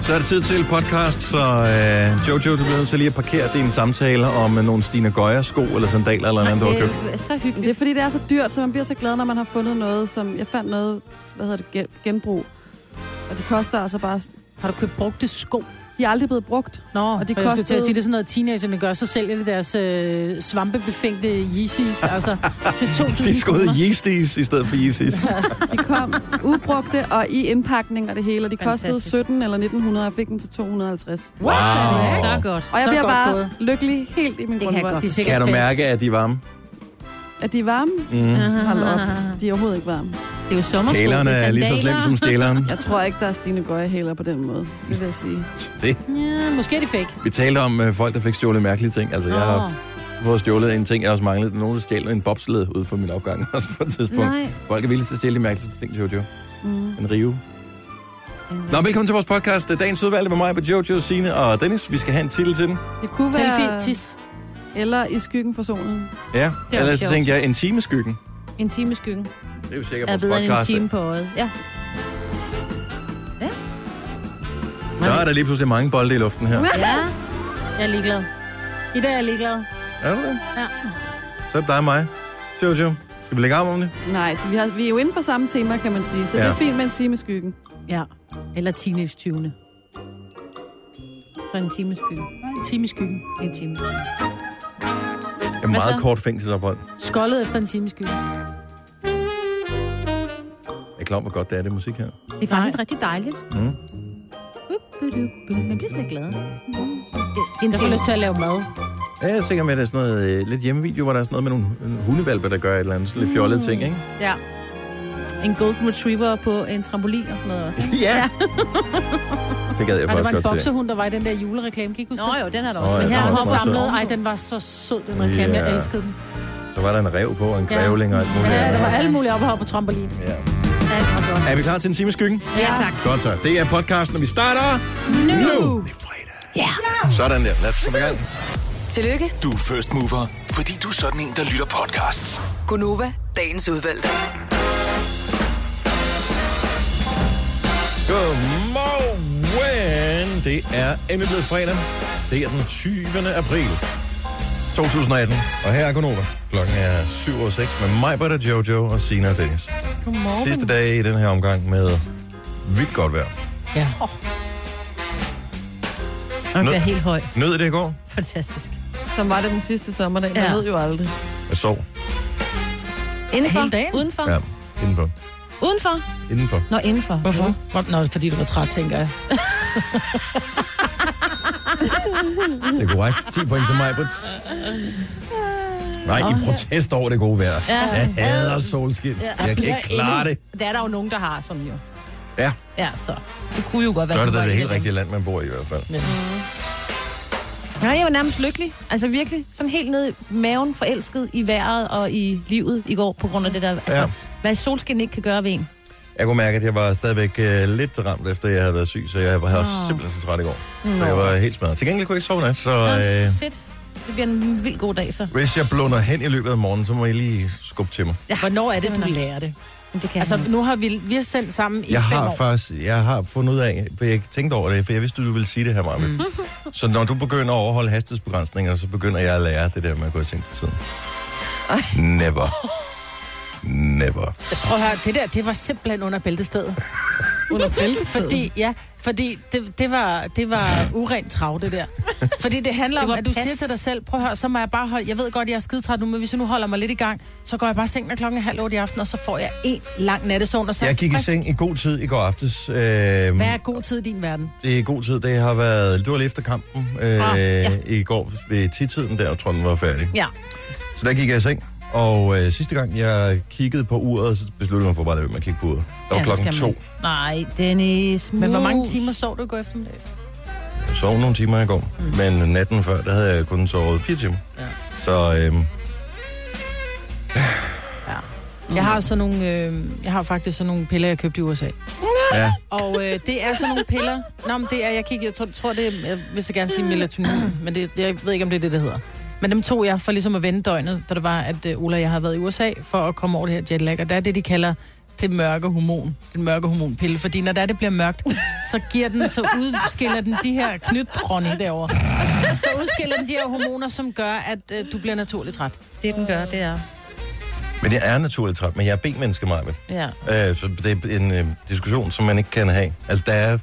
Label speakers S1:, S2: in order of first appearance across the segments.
S1: Så er det tid til podcast, så øh, Jojo, du bliver nødt til lige at parkere dine samtaler om øh, nogle Stina Goya sko eller sandaler eller andet, du har købt.
S2: Det er Øh, så
S3: Det er
S2: hyggeligt.
S3: fordi, det er så dyrt, så man bliver så glad, når man har fundet noget, som... Jeg fandt noget, hvad hedder det, gen- genbrug. Og det koster altså bare...
S2: Har du købt brugte sko?
S3: De er aldrig blevet brugt.
S2: Nå, og det
S3: det
S2: koster... jeg skulle til at
S3: kostede-
S2: sige, det er sådan noget, teenagerne gør, så sælger de deres øh, svampebefængte Yeezys, altså til 2.000
S1: De skød
S2: kroner.
S1: Yeezys i stedet for Yeezys.
S3: De kom ubrugte og i indpakning og det hele, og de kostede
S2: Fantastisk.
S3: 17 eller 1900, og jeg fik dem til 250.
S2: What the
S1: Wow.
S2: heck? Så godt.
S3: Og jeg
S2: så
S3: bliver
S2: godt
S3: bare
S2: gået.
S3: lykkelig helt i min
S2: Det kan jeg
S3: grundvold.
S2: godt. De er sikkert
S1: Kan du
S2: fans.
S1: mærke, at de er varme?
S3: At de er varme?
S1: Mm.
S3: Hold op. De er overhovedet ikke varme.
S2: Det er jo sommersko.
S1: Hælerne
S2: det
S1: er lige så
S2: sandaler.
S1: slem som stilleren.
S3: Jeg tror ikke, der er Stine Gøje heller på den måde, det vil jeg sige.
S1: Det,
S2: Ja, måske er de fake.
S1: vi talte om øh, folk, der fik stjålet mærkelige ting. Altså, jeg har
S2: Åh.
S1: fået stjålet en ting, jeg har også manglet. Nogen der stjal en bobsled ud for min opgang også på et tidspunkt.
S2: Nej.
S1: Folk er villige til at stjæle de mærkelige ting, Jojo.
S3: Mm.
S1: En rive. Nå, velkommen til vores podcast. Det er Dagens udvalgte med mig, på Jojo, Signe og Dennis. Vi skal have en titel til den.
S3: Det kunne
S2: Selfie,
S3: være...
S2: tis.
S3: Eller i skyggen for solen.
S1: Ja,
S4: er
S1: eller
S4: også
S1: så
S4: sjovt.
S1: tænkte jeg, en time skyggen.
S4: En time i skyggen
S1: Det er jo sikkert
S4: er
S1: vores
S4: bedre end en
S1: podcast.
S4: time på øjet. Ja.
S1: Så er der lige pludselig mange bolde i luften her.
S4: ja.
S2: Jeg er ligeglad. I dag er jeg ligeglad.
S1: Er du det?
S2: Ja.
S1: Så er det dig og mig. Jojo, skal vi lægge arm om det?
S3: Nej, vi, har, vi er jo inden for samme tema, kan man sige. Så ja. det
S1: Ja.
S3: er fint med en time i skyggen.
S4: Ja. Eller teenage 20. Så en time i skyggen.
S2: En time i skyggen.
S4: En time.
S1: En meget
S4: så?
S1: kort fængselsophold.
S2: Skoldet efter en time i skyggen.
S1: Jeg er klar over, hvor godt det er, det musik her.
S4: Det er faktisk Nej. rigtig dejligt.
S1: Mm.
S4: Man bliver sådan lidt glad. Det, det er en
S2: Jeg får
S4: time.
S2: lyst til at lave mad.
S1: Ja, jeg er sikker med, at der er sådan noget øh, lidt hjemmevideo, hvor der er sådan noget med nogle øh, hundevalpe, der gør et eller andet sådan lidt fjollet ting, ikke?
S4: Ja. En golden retriever på en trampolin og sådan noget også.
S1: ja!
S4: Mm.
S1: det gad jeg
S2: Og det var
S1: faktisk
S2: en
S1: godt se.
S2: boksehund, der var i den der julereklame. Kan I ikke huske
S4: Nå
S2: det?
S4: jo, den er der
S1: Nå,
S4: også.
S1: ja,
S4: Men
S1: den
S4: her
S1: er
S2: Han
S1: også
S4: har
S2: var
S1: meget sød.
S2: samlet. Ej, den var så sød, den reklame.
S1: Ja.
S2: Jeg elskede den.
S1: Så var der en rev på, og en grævling og alt muligt.
S2: Ja, der var
S1: andet.
S2: alle mulige oppe her på trampolin.
S1: ja.
S4: alt var godt.
S1: Er vi klar til en time i skyggen?
S4: Ja, tak.
S1: Godt så. Det er podcasten, og vi starter nu. nu. Det er fredag. Ja. Sådan der. Lad os komme i gang.
S5: Tillykke,
S6: Du er first mover, fordi du er sådan en, der lytter podcasts.
S5: Gunova, dagens udvalgte.
S1: Godmorgen. Det er endelig blevet fredag. Det er den 20. april 2018. Og her er Gunova. Klokken er 7.06 med mig, Britta, Jojo og Sina og Dennis. Godmorgen. Sidste dag i den her omgang med vildt godt vejr.
S4: Ja. Og den
S1: Nå.
S4: bliver helt høj.
S1: Nød I det i går?
S4: Fantastisk.
S3: Som var det den sidste sommerdag. Man
S4: Ja.
S3: ved jo aldrig.
S1: Jeg sov.
S4: Indenfor?
S2: Hele dagen?
S4: Udenfor?
S1: Ja, indenfor.
S4: Udenfor?
S1: Indenfor.
S2: Nå, indenfor. Hvorfor? Nå, fordi du var træt, tænker jeg.
S1: Det er korrekt. 10 point til mig, but... Nej, i protest over det gode vejr. Jeg hader solskin. Jeg kan ikke klare det.
S2: Det er der jo nogen, der har, som jo.
S1: Ja,
S2: Ja, så. Det kunne jo godt være.
S1: så er det
S2: du
S1: da
S2: var
S1: det
S2: i
S1: helt
S2: den.
S1: rigtige land, man bor i i hvert fald.
S4: Nej, jeg var nærmest lykkelig. Altså virkelig. Sådan helt ned i maven, forelsket i vejret og i livet i går, på grund af det der. Altså,
S1: Ja.
S4: ja. hvad solskin ikke kan gøre ved en.
S1: Jeg kunne mærke, at jeg var stadigvæk øh, lidt ramt, efter jeg havde været syg, så jeg var havde oh. simpelthen så træt i går. Så jeg var helt smadret. Til gengæld kunne jeg ikke sove nat, så øh,
S4: Fedt. Det bliver en vild god dag, så.
S1: hvis jeg blunder hen i løbet af morgenen, så må I lige skubbe til mig.
S2: Ja. Hvornår er det, du lærer det?
S4: Men det kan
S2: Altså,
S4: altså,
S2: nu har vi, vi har sendt sammen i
S1: Jeg
S2: fem
S1: har
S2: år.
S1: faktisk, jeg har fundet ud af, for jeg tænkte over det, for jeg vidste, du ville sige det her, Marvind. Mm. Så når du begynder at overholde hastighedsbegrænsninger, så begynder jeg at lære det der med at gå i seng til tiden. Never. Never.
S2: Prøv at høre, det der, det var simpelthen under bæltestedet.
S3: Under bæltestedet.
S2: Fordi, ja, fordi det, det, var, det var urent trav, det der. Fordi det handler
S4: Det
S2: om,
S4: var
S2: at du
S4: pas.
S2: siger til dig selv, prøv at høre, så må jeg bare holde, jeg ved godt, jeg er skidetræt nu, men hvis jeg nu holder mig lidt i gang, så går jeg bare i seng, når klokken er halv otte i aften, og så får jeg en lang nattesøvn, og så er
S1: Jeg gik i
S2: frisk.
S1: seng i god tid i går aftes. Øh,
S2: Hvad er god tid i din verden?
S1: Det er god tid. Det har været... Det var lige efter kampen øh, ah,
S2: Ah,
S1: ja.
S2: ja.
S1: i går ved titiden der, jeg tror den var færdig.
S2: Ja.
S1: Så der gik jeg i seng, og øh, sidste gang jeg kiggede på uret, så besluttede jeg mig for bare at lade være med at kigge på uret. Der var ja,
S4: Ja,
S1: klokken
S4: skal man.
S1: to.
S4: Nej, Dennis.
S2: Men hvor mange
S4: mus.
S2: timer sov du i går eftermiddags?
S1: Jeg sov nogle timer i går, mm. men natten før, der havde jeg kun sovet fire timer. Ja. Så øh,
S2: Jeg har sådan nogle, øh, jeg har faktisk sådan nogle piller, jeg købte i USA.
S1: ja,
S2: Og øh, det er sådan nogle piller. Nå, men det er, jeg kigger, jeg tror, tror det er, jeg vil så gerne sige melatonin, men det, jeg ved ikke, om det er det, det hedder. Men dem tog jeg for ligesom at vende døgnet, da det var, at øh, Ola og jeg havde været i USA, for at komme over det her jetlag. Og der er det, de kalder til mørke hormon, den mørke hormonpille, fordi når der det bliver mørkt, så giver den, så udskiller den de her knytdronning derovre. Så udskiller den de her hormoner, som gør, at øh, du bliver naturligt træt.
S4: Det, den gør, det er...
S1: Men jeg er naturligt træt, men jeg er B-menneske, meget med.
S4: Ja.
S1: Øh, så det er en øh, diskussion, som man ikke kan have. Altså, der er,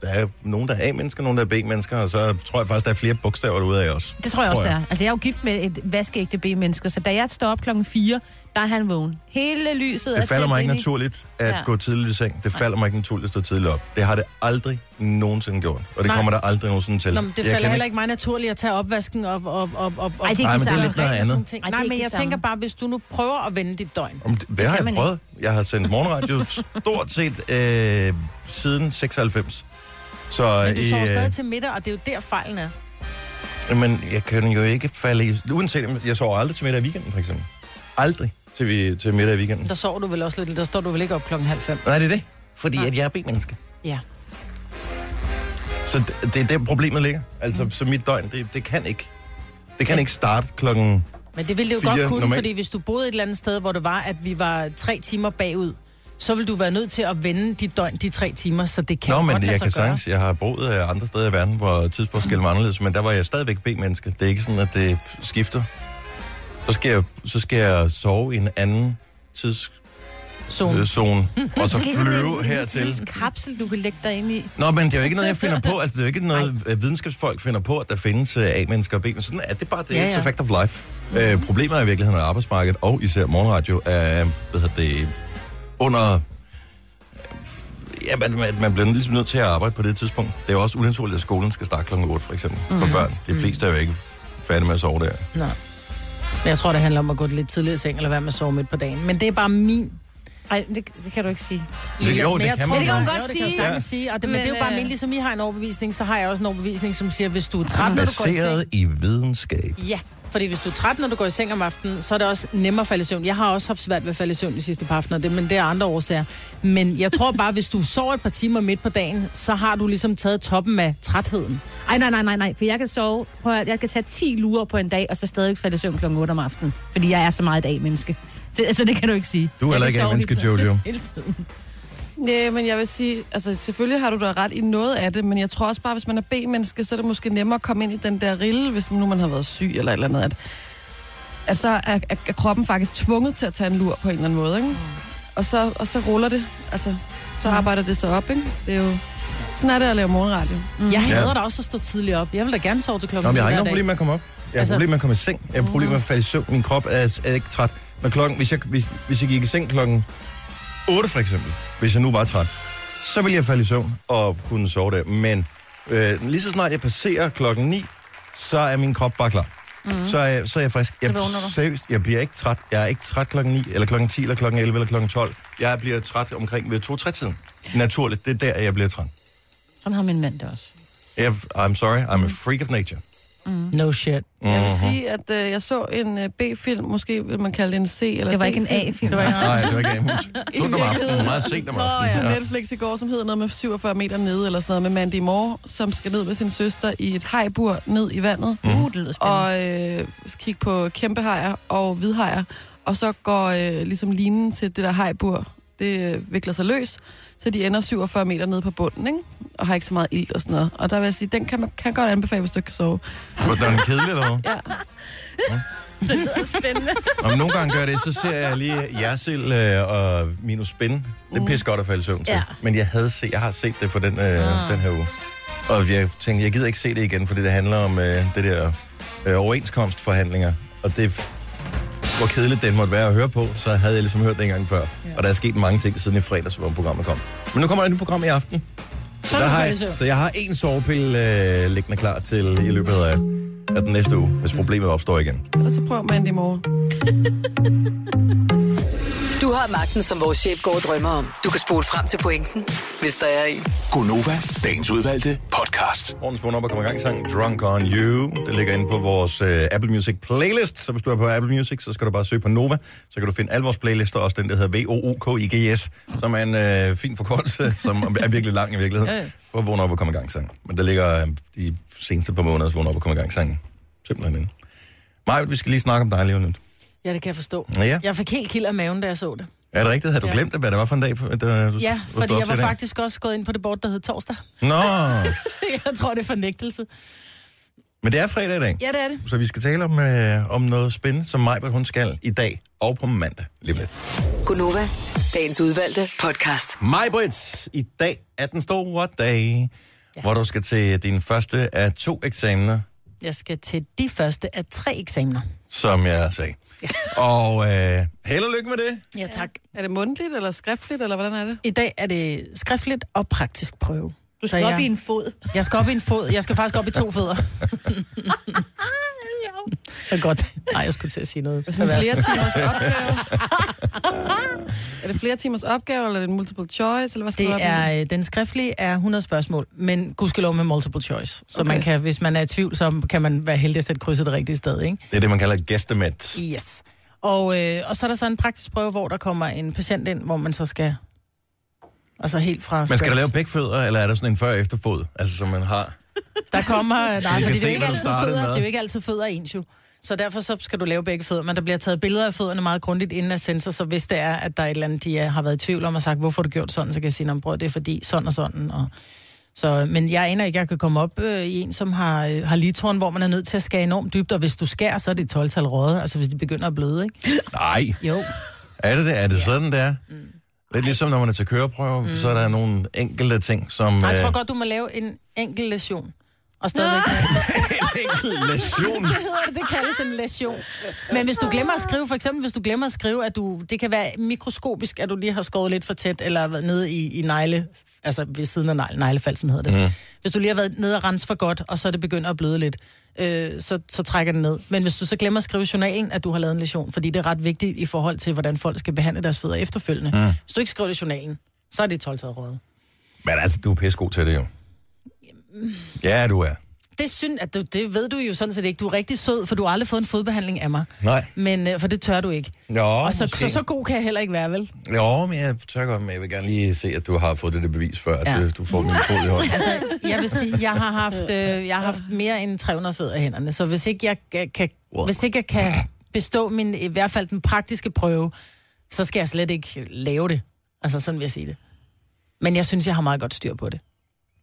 S1: der er nogen, der er A-mennesker, nogen, der er B-mennesker, og så tror jeg faktisk, der er flere bogstaver derude af os.
S4: Det tror jeg også, det er. Altså, jeg er jo gift med et vaskeægte B-mennesker, så da jeg står op klokken 4, der er han vågen. Hele lyset er
S1: Det falder
S4: tændt
S1: mig ikke
S4: ind i-
S1: naturligt at
S4: Ja.
S1: gå tidligt i seng. Det falder mig ikke naturligt at stå tidligt op. Det har det aldrig nogensinde gjort, og det
S2: Nej.
S1: kommer der aldrig nogensinde til.
S2: Nå, men det
S1: jeg
S2: falder
S1: kan
S2: heller ikke mig naturligt at tage opvasken op og... og, og, og
S4: Ej, det er ikke
S1: Nej,
S4: det
S1: men det er
S4: samme.
S1: lidt noget andet.
S2: Ting.
S4: Ej, det er
S2: Nej,
S4: ikke
S2: men
S4: det
S2: jeg
S4: samme.
S2: tænker bare, hvis du nu prøver at vende dit døgn.
S1: Om det- Hvad har
S4: kan
S1: jeg
S4: man
S1: prøvet? Ikke. Jeg har sendt morgenradio stort set øh, siden 96. Så
S2: Men du sover
S1: øh,
S2: stadig til middag, og det er jo der fejlen er.
S1: men jeg kan jo ikke falde i... Uanset, jeg sover aldrig til middag i weekenden, for eksempel. Aldrig til, vi, til middag i weekenden.
S2: Der sover du vel også lidt, der står du vel ikke op klokken halv fem.
S1: Nej, det er det. Fordi at jeg er B-menneske.
S2: Ja.
S1: Så det, det er der, problemet ligger.
S2: Mm.
S1: Altså, så mit døgn, det, det kan ikke. Det kan ikke starte klokken...
S2: Men det ville det
S1: Fire
S2: jo godt kunne,
S1: normalt.
S2: normalt. fordi hvis du boede et eller andet sted, hvor det var, at vi var tre timer bagud, så ville du være nødt til at vende dit døgn de tre timer, så det kan
S1: Nå,
S2: godt
S1: men
S2: lade
S1: jeg
S2: sig
S1: kan
S2: gøre.
S1: sagtens. Jeg har boet øh, andre steder i verden, hvor tidsforskellen var anderledes, men der var jeg stadigvæk B-menneske. Det er ikke sådan, at det skifter. Så skal jeg, så skal jeg sove i en anden tidszone,
S2: Zone.
S1: øh,
S2: Hmm.
S1: og så
S4: Det er ligesom en-
S1: flyve
S4: en
S1: hertil.
S4: tidskapsel, du kan lægge dig ind i.
S1: Nå, men det er jo ikke noget, jeg finder på. Altså, det er jo ikke noget, øh, videnskabsfolk finder på, at der findes øh, A-mennesker og B. Men sådan er det bare. Det er
S2: Ja,
S1: ja, ja.
S2: ja.
S1: fact of life. Øh, problemet er i virkeligheden, at arbejdsmarkedet og især morgenradio er hvad hedder det, under... Ja, man, man, man bliver ligesom nødt til at arbejde på det tidspunkt. Det er jo også unaturligt, at skolen skal starte kl. 8, for eksempel,
S2: Mhm.
S1: for børn. De fleste er jo ikke færdige med at sove der.
S2: Nå. Men jeg tror, det handler om at gå lidt tidligere i seng, eller være med at sove midt på dagen. Men det er bare min
S4: Ej, det, det kan du ikke sige.
S1: Det, jo,
S2: Men
S1: det
S2: jeg
S1: kan
S2: tror,
S1: man.
S4: det kan hun
S1: jo.
S4: godt
S2: jo, det kan
S4: sige.
S2: jeg sagtens
S1: Ja.
S2: sige. Og det, men,
S4: Men,
S2: det er jo bare
S4: øh,
S2: min, ligesom I har en overbevisning, så har jeg også en overbevisning, som siger, hvis du er træt, når du går i seng...
S1: Baseret i videnskab.
S2: Ja, fordi hvis du er træt, når du går i seng om aftenen, så er det også nemmere at falde i søvn. Jeg har også haft svært ved at falde i søvn de sidste par aftener, det, men det er andre årsager. Men jeg tror bare, hvis du sover et par timer midt på dagen, så har du ligesom taget toppen af trætheden.
S4: Ej, nej, nej, nej, nej, for jeg kan sove, prøv at, høre, jeg kan tage 10 lurer på en dag, og så stadigvæk falde i søvn kl. 8 om aftenen, fordi jeg er så meget et A-menneske. Så, så det kan du ikke sige.
S1: Du er heller
S4: Jeg kan
S1: ikke
S4: sove
S1: A-menneske,
S4: hele tiden.
S1: Jojo.
S4: Hele tiden.
S3: Nej, men jeg vil sige, altså selvfølgelig har du da ret i noget af det, men jeg tror også bare, hvis man er B-menneske, så er det måske nemmere at komme ind i den der rille, hvis nu man har været syg eller et eller andet. At, at så er, er, er kroppen faktisk tvunget til at tage en lur på en eller anden måde,
S4: Mm.
S3: ikke? Og så, og så ruller det, altså så arbejder det sig op, ikke? Det er jo... Sådan er det at lave morgenradio.
S2: Mm. Jeg hader
S1: Ja.
S2: da også at stå tidligt op. Jeg vil da gerne sove til klokken
S1: Nå, men jeg har
S2: ni
S1: ikke
S2: hver
S1: nogen problem
S2: dag.
S1: med at komme op. Jeg har altså...
S2: Altså-
S1: problem med at komme i seng. Jeg har problem med at falde i søvn. Min krop er, er ikke træt. Men klokken, hvis, jeg, hvis, hvis jeg gik i seng klokken 8 for eksempel, hvis jeg nu var træt, så ville jeg falde i søvn og kunne sove der. Men øh, lige så snart jeg passerer klokken 9, så er min krop bare klar.
S2: Mm-hmm.
S1: Mm. Så, er, jeg- så er jeg frisk. Jeg,
S4: vågner du.
S1: seriøst, jeg bliver ikke træt. Jeg er ikke træt klokken 9, eller klokken 10, eller klokken 11, eller klokken 12. Jeg bliver træt omkring ved 2-3-tiden. Naturligt, det er der, jeg bliver træt.
S4: Sådan har min mand det også.
S1: Jeg, I'm sorry, I'm a freak of nature.
S2: No shit.
S3: Jeg
S1: Mhm.
S3: vil sige, at øh, jeg så en øh, B-film, måske vil man kalde det en C eller
S4: Det var ikke en
S3: D-film.
S4: A-film.
S3: Det var ikke
S1: Nej, det var ikke Amus. Slut om aftenen, meget sent om aftenen.
S3: på
S1: Ja.
S3: Netflix i går, som hedder noget med 47 meter nede, eller sådan noget med Mandy Moore, som skal ned med sin søster i et hajbur ned i vandet, mm.
S4: Uh, det lyder spændende.
S3: og øh, kigge på kæmpehajer og hvidhajer, og så går øh, ligesom linen til det der hajbur, det øh, vikler sig løs, så de ender 47 meter nede på bunden, ikke? og har ikke så meget ilt og sådan noget. Og der vil jeg sige, den kan man kan jeg godt anbefale, hvis du ikke kan sove.
S1: Var den kedelig eller hvad?
S3: Ja.
S4: det lyder spændende.
S1: Om nogle gange gør det, så ser jeg lige Jersil øh, og Minus Spin. Det
S2: Mm.
S1: er pisse godt at falde i søvn til.
S4: Ja.
S1: Men jeg, havde set, jeg har set det for den,
S2: Ah.
S1: øh, den her uge. Og jeg tænkte, jeg gider ikke se det igen, fordi det handler om øh, det der øh, overenskomstforhandlinger. Og det, hvor kedeligt den måtte være at høre på, så havde jeg ligesom hørt det en gang før. Og der er sket mange ting siden i fredags, hvor programmet kom. Men nu kommer der et nyt program i aften. Så,
S2: er
S1: der
S2: du
S1: har jeg,
S2: faldet i søvn.
S1: så jeg har en sovepille øh, liggende klar til i løbet af, af den næste uge, hvis problemet opstår igen.
S3: Og så prøv Mandy Moore.
S5: Du har magten, som vores chef går og drømmer om. Du kan spole frem til pointen, hvis der er en.
S6: Gonova, dagens udvalgte podcast.
S1: Morgens vågn op og kommer i gang sang Drunk on You. Det ligger inde på vores øh, Apple Music playlist. Så hvis du er på Apple Music, så skal du bare søge på Nova. Så kan du finde alle vores playlister, også den der hedder V-O-O-K-I-G-S, som er en øh, fin forkortelse, som er virkelig lang i virkeligheden, for vågn op og komme i gang sang. Men der ligger øh, de seneste par måneders vågn op og komme i gang sang. Simpelthen inde. Maja, vi skal lige snakke om dig lige om lidt.
S2: Ja, det kan jeg forstå.
S1: Ja.
S2: Jeg fik helt kild af maven, da jeg så det.
S1: Er det rigtigt? Havde du
S2: Ja.
S1: glemt det, hvad det var for en dag, for- da du stod
S2: Ja,
S1: op
S2: fordi jeg
S1: til
S2: var
S1: i dag?
S2: faktisk også gået ind på det bord, der hed torsdag.
S1: Nå,
S2: jeg tror, det er fornægtelse.
S1: men det er fredag i dag.
S2: Ja, det er det.
S1: Så vi skal tale om, øh, om noget spændende, som Majbert hun skal i dag og på mandag. Lige om lidt.
S5: Gunova, dagens udvalgte podcast.
S1: Majbrit, i dag er den store dag, ja. hvor du skal til din første af to eksamener,
S2: Jeg skal til de første af tre eksamener.
S1: som jeg sagde. Ja. Og øh, held og lykke med det.
S2: Ja, tak.
S3: Er det mundtligt eller skriftligt, eller hvordan er det?
S2: I dag er det skriftligt og praktisk prøve.
S4: Du
S2: Så
S4: skal op
S2: jeg-
S4: i en fod.
S2: Jeg skal op i en fod. Jeg skal faktisk op i to fødder. Det er godt. Nej, jeg skulle til at sige noget.
S3: Er det flere timers opgave? er det flere timers opgave, eller er det en multiple choice, eller hvad skal
S2: Det
S3: man op i?
S2: er, øh, den skriftlige er 100 spørgsmål, men gudskelov med multiple choice. Så okay.
S3: Okay.
S2: man kan, hvis man er i tvivl, så kan man være heldig at sætte krydset det rigtige sted, ikke?
S1: Det er det, man kalder et gæstemat.
S2: Yes. Og, øh, og så er der så en praktisk prøve, hvor der kommer en patient ind, hvor man så skal... Altså helt fra...
S1: Man skal
S2: scratch.
S1: da lave begge fødder, eller er der sådan en før- og efterfod, altså som man har?
S2: Der kommer...
S1: kan
S2: Nej, fordi det
S1: se,
S2: er, jo ikke
S1: hvad du
S2: altid
S1: startede
S2: fødder,
S1: med.
S2: det er jo ikke altid fødder ens jo. Så derfor så skal du lave begge fødder, men der bliver taget billeder af fødderne meget grundigt inden af sensor, så hvis det er, at der er et eller andet, de er, har været i tvivl om og sagt, hvorfor har du gjort sådan, så kan jeg sige, "Nå, men bror, det er fordi sådan og sådan. Og så, men jeg aner ikke, jeg kan komme op øh, i en, som har, øh, har litoren, hvor man er nødt til at skære enormt dybt, og hvis du skærer, så er det 12-tal røde, altså hvis de begynder at bløde, ikke?
S1: Nej,
S2: Jo.
S1: er det det? Er det sådan, det er? Mm. Lidt ligesom, når man er til køreprøve, mm. så er der nogle enkelte ting, som...
S2: Nej, jeg
S1: øh,
S2: tror godt, du må lave en enkelt lesion. Og stadigvæk...
S1: en enkelt lesion.
S2: det hedder det, det kaldes en læsion. Men hvis du glemmer at skrive, for eksempel hvis du glemmer at skrive, at du, det kan være mikroskopisk, at du lige har skåret lidt for tæt, eller været nede i, i negle, altså ved siden af negle, neglefalsen hedder det. Mm. Hvis du lige har været nede og rense for godt, og så er det begynder at bløde lidt, øh, så, så trækker den ned. Men hvis du så glemmer at skrive i journalen, at du har lavet en læsion, fordi det er ret vigtigt i forhold til, hvordan folk skal behandle deres fødder efterfølgende. Mm. Hvis du ikke skriver det i journalen, så er det 12 røde.
S1: Men altså, du er pissegod til det jo. Ja, du er.
S2: Det, synd, at du, det ved du jo sådan set ikke. Du er rigtig sød, for du har aldrig fået en fodbehandling af mig.
S1: Nej.
S2: Men, øh, for det tør du ikke.
S1: Jo,
S2: Og så,
S1: måske.
S2: så, så god kan jeg heller ikke være, vel?
S1: Jo, men jeg tør godt, men jeg vil gerne lige se, at du har fået det der bevis før, at
S2: Ja.
S1: øh, du får den fod i hånden.
S2: Altså, jeg vil sige, jeg har haft, øh, jeg har haft mere end 300 fødder i hænderne, så hvis ikke jeg ga- kan, hvis ikke jeg kan bestå min, i hvert fald den praktiske prøve, så skal jeg slet ikke lave det. Altså, sådan vil jeg sige det. Men jeg synes, jeg har meget godt styr på det.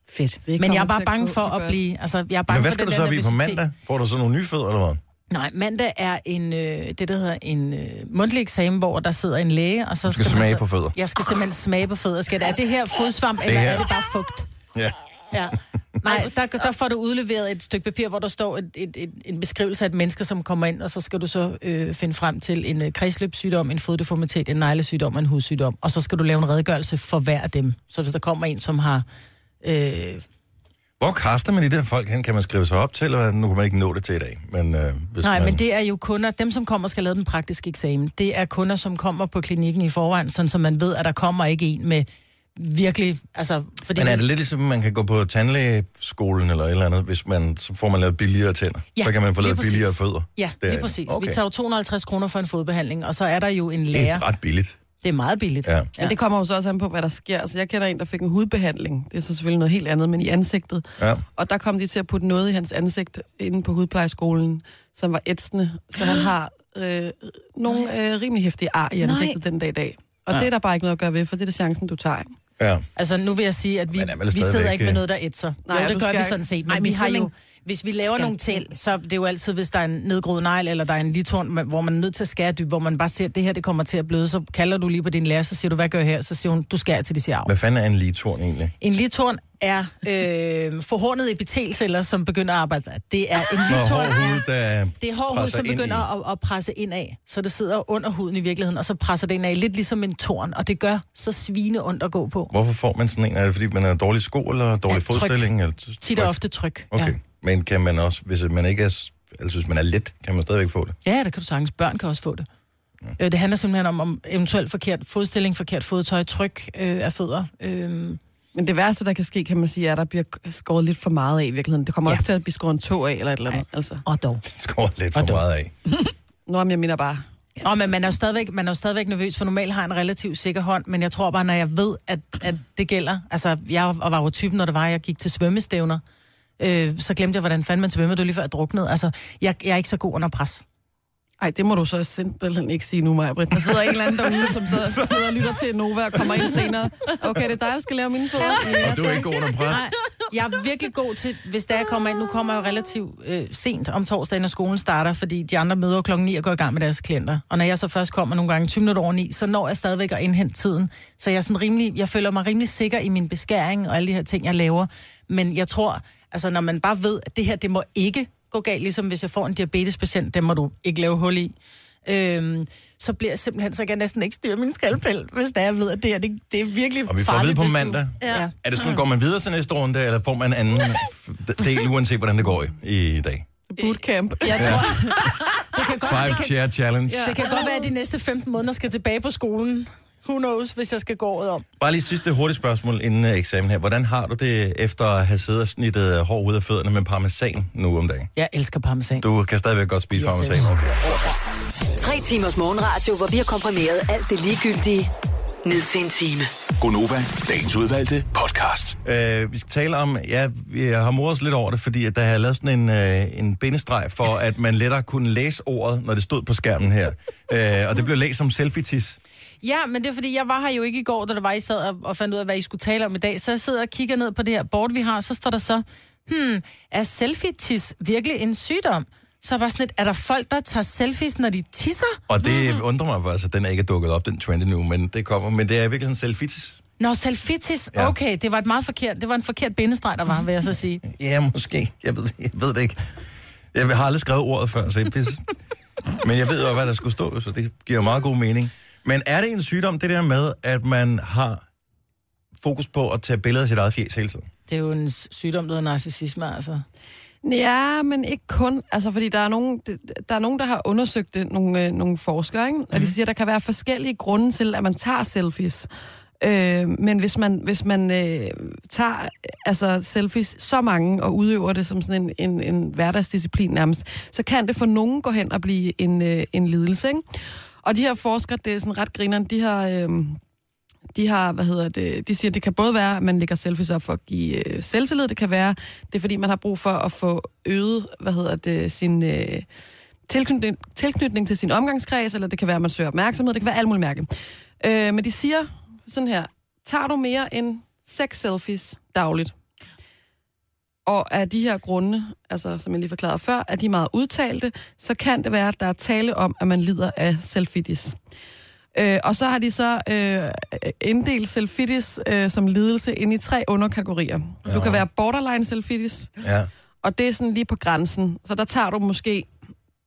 S4: Fedt.
S2: Men jeg er
S3: kommer
S2: bare
S3: til at
S2: bange
S3: gå
S2: for
S3: så
S2: at
S3: godt.
S2: blive... Altså, jeg er bange
S1: Men hvad
S2: for
S1: skal du
S2: den
S1: så
S2: der
S1: op i på
S2: nervøsitet.
S1: mandag? Får du så nogle nye fødder, eller hvad?
S2: Nej, mandag er en, øh, det, der hedder en øh, mundtlig eksamen, hvor der sidder en læge, og så
S1: Du skal
S2: man
S1: smage
S2: så-
S1: på fødder.
S2: Jeg skal simpelthen smage på fødder. Skal det, er det her fodsvamp, eller
S1: her.
S2: er det bare fugt?
S1: Ja.
S2: Ja. Nej, der, der får du udleveret et stykke papir, hvor der står et, et, et, en beskrivelse af et menneske, som kommer ind, og så skal du så øh, finde frem til en øh, kredsløbssygdom, en foddeformitet, en neglesygdom og en hudsygdom. Og så skal du lave en redegørelse for hver af dem. Så hvis der kommer en, som har... Øh,
S1: Hvor kaster man de der folk hen? Kan man skrive sig op til, eller hvad? nu kan man ikke nå det til i dag? Men, øh, hvis
S2: nej,
S1: man...
S2: men det er jo kunder, dem som kommer og skal lave den praktiske eksamen, det er kunder, som kommer på klinikken i forvejen, sådan så man ved, at der kommer ikke en med virkelig... Altså, fordi
S1: Men er det lidt ligesom, at man kan gå på tandlægeskolen eller et eller andet, hvis man, så får man lavet billigere tænder?
S2: Ja,
S1: så kan man få
S2: lige
S1: lavet
S2: præcis.
S1: billigere fødder?
S2: Ja,
S1: Det er
S2: lige
S1: det.
S2: præcis. Okay.
S1: Okay.
S2: Vi tager jo 250 kroner for en fodbehandling, og så er der jo en
S1: Det
S2: lærer.
S1: er ret billigt.
S2: Det er meget billigt.
S1: Ja.
S3: Men det kommer jo så også an på, hvad der sker. Altså, jeg kender en, der fik en hudbehandling. Det er så selvfølgelig noget helt andet, men i ansigtet.
S1: Ja.
S3: Og der kom de til at putte noget i hans ansigt inde på hudplejeskolen, som var ætsende. Så han har øh, nogle øh, rimelig hæftige ar i ansigtet den dag i dag. Og det er der bare ikke noget at gøre ved, for det er det chancen, du tager. ikke?
S1: ja.
S2: Altså, nu vil jeg sige, at vi,
S1: Men er vel
S2: vi sidder
S1: stadigvæk,
S2: ikke med
S1: øh,
S2: noget, der ætser.
S3: Nej,
S2: Nej, jo,
S3: du
S2: det gør
S3: skal
S2: vi
S3: ikke-
S2: sådan set, men
S4: Nej,
S2: Ej,
S4: men
S2: vi har
S4: sådan
S2: jo...
S4: en
S2: Hvis vi laver nogle ting, så det er jo altid, hvis der er en nedgroet negl, eller der er en litorn, men- hvor man er nødt til at skære dybt, hvor man bare ser, at det her det kommer til at bløde, så kalder du lige på din lærer, så siger du, hvad gør jeg her? Så siger hun, du skærer til de siger af.
S1: Hvad fanden er en ligetorn egentlig?
S2: En litorn er øh, forhåndet epitelceller, som begynder at arbejde. Det er en litorn
S1: hård
S2: er...
S1: hud, der
S2: Det er hård hud,
S1: presser
S2: som
S1: ind i.
S2: begynder at, at presse ind af, så det sidder under huden i virkeligheden, og så presser det ind af, lidt ligesom en torn, og det gør så svine ondt at gå på.
S1: Hvorfor får man sådan en? Er det, fordi man har dårlige sko eller dårlig
S2: Ja, tryk.
S1: fodstilling? Eller
S2: Tit og ofte tryk.
S1: Okay,
S2: Ja.
S1: men kan man også, hvis man ikke er, s- altså hvis man er let, kan man stadigvæk få det?
S2: Ja, det kan du sagtens. Børn kan også få det. Ja. Øh, det handler simpelthen om, om eventuelt forkert fodstilling, forkert fodtøj, tryk øh, af fødder. Øh,
S3: Men det værste, der kan ske, kan man sige, er, at der bliver skåret lidt for meget af i virkeligheden. Det kommer ja.
S2: Ja.
S3: ikke til at blive skåret en tå af eller et eller andet. Altså.
S2: og dog.
S1: Det skår lidt
S2: Og
S1: for
S2: dog.
S1: meget af.
S3: Nå, men jeg mener bare,
S2: Ja. Og, men man er, jo stadigvæk, man er jo stadigvæk nervøs, for normalt har jeg en relativt sikker hånd, men jeg tror bare, når jeg ved, at, at det gælder... Altså, jeg var jo typen, når det var, at jeg gik til svømmestævner, øh, så glemte jeg, hvordan fanden man svømmer. Det var lige før, jeg druknede. Altså, jeg, jeg er ikke så god under pres.
S3: Ej, det må du så simpelthen ikke sige nu, Maja Britt. Der sidder en eller anden derude, som så sidder og lytter til Nova og kommer ind senere. Okay, det er dig, der skal lave mine fødder. Ja,
S1: Og du er ikke god under pres.
S2: Nej, jeg er virkelig god til, hvis der jeg kommer ind, nu kommer jeg jo relativt øh, sent om torsdagen, når skolen starter, fordi de andre møder jo klokken 9 og går i gang med deres klienter. Og når jeg så først kommer nogle gange 20 minutter over 9, så når jeg stadigvæk at indhente tiden. Så jeg, er sådan rimelig, jeg føler mig rimelig sikker i min beskæring og alle de her ting, jeg laver. Men jeg tror, altså når man bare ved, at det her, det må ikke gå galt, ligesom hvis jeg får en diabetespatient, den må du ikke lave hul i. Øhm, så bliver jeg simpelthen, så kan jeg næsten ikke styre min skalpel, hvis det er, jeg ved, at det her, det, det er virkelig
S1: Og vi får at vide
S2: farligt,
S1: på
S2: hvis du-
S1: mandag.
S2: Ja.
S1: Er det sådan, går man videre til næste runde, eller får man anden f- del, uanset hvordan det går i, i dag?
S3: bootcamp.
S2: Jeg tror, det kan godt, det
S1: Five
S2: kan,
S1: chair challenge.
S2: det kan godt være, at de næste 15 måneder skal tilbage på skolen. Who knows, hvis jeg skal gå året om.
S1: Bare lige sidste hurtigt spørgsmål inden øh, eksamen her. Hvordan har du det efter at have siddet og snittet øh, hår ud af fødderne med parmesan nu om dagen?
S2: Jeg elsker parmesan.
S1: Du kan stadigvæk godt spise
S2: Yes,
S1: parmesan,
S2: yes.
S1: okay.
S5: Tre timers morgenradio, hvor vi har komprimeret alt det ligegyldige ned til en time.
S6: Gonova, dagens udvalgte podcast.
S1: Øh, vi skal tale om, ja, jeg har moret os lidt over det, fordi at der har lavet sådan en, øh, en bindestreg for, at man lettere kunne læse ordet, når det stod på skærmen her. Øh, og det blev læst som selfie-tis.
S2: Ja, men det er fordi, jeg var her jo ikke i går, da der var, I sad og, og fandt ud af, hvad I skulle tale om i dag. Så jeg sidder og kigger ned på det her board, vi har, så står der så, hmm, er selfie-tis virkelig en sygdom? Så er jeg bare sådan lidt, er der folk, der tager selfies, når de tisser?
S1: Og det undrer mig faktisk, at den ikke er dukket op, den trend endnu, men det kommer. Men det er virkelig sådan selfie-tis.
S2: Nå, selfie-tis,
S1: Ja.
S2: okay, det var et meget forkert, det var en forkert bindestreg, der var, vil jeg så sige.
S1: Ja, måske. Jeg ved, jeg ved det ikke. Jeg har aldrig skrevet ordet før, så jeg pisse. Men jeg ved jo, hvad der skulle stå, så det giver meget god mening. Men er det en sygdom, det der med, at man har fokus på at tage billeder af sit eget fjes hele tiden?
S2: Det er jo en s- sygdom, der hedder narcissisme, altså.
S3: Ja, men ikke kun. Altså, fordi der er nogen, det- der, er nogen der har undersøgt det, nogle, øh, nogle forskere, ikke? og de siger, at der kan være forskellige grunde til, at man tager selfies. Øh, men hvis man, hvis man øh, tager øh, altså, selfies så mange og udøver det som sådan en, en, en hverdagsdisciplin nærmest, så kan det for nogen gå hen og blive en, øh, en lidelse. Ikke? Og de her forskere, det er sådan ret grinerne, de har... Øh, de har, hvad hedder det, de siger, det kan både være, at man lægger selfies op for at give øh, selvtillid, det kan være, det er fordi, man har brug for at få øget, hvad hedder det, sin øh, tilknytning, tilknytning til sin omgangskreds, eller det kan være, at man søger opmærksomhed, det kan være alt muligt mærke. Øh, men de siger sådan her, tager du mere end seks selfies dagligt? Og af de her grunde, altså som jeg lige forklarede før, er de meget udtalte, så kan det være, at der er tale om, at man lider af selfitis. Øh, og så har de så øh, inddelt selfitis øh, som lidelse ind i tre underkategorier. Ja. Du kan være borderline selfitis,
S1: Ja.
S3: og det er sådan lige på grænsen. Så der tager du måske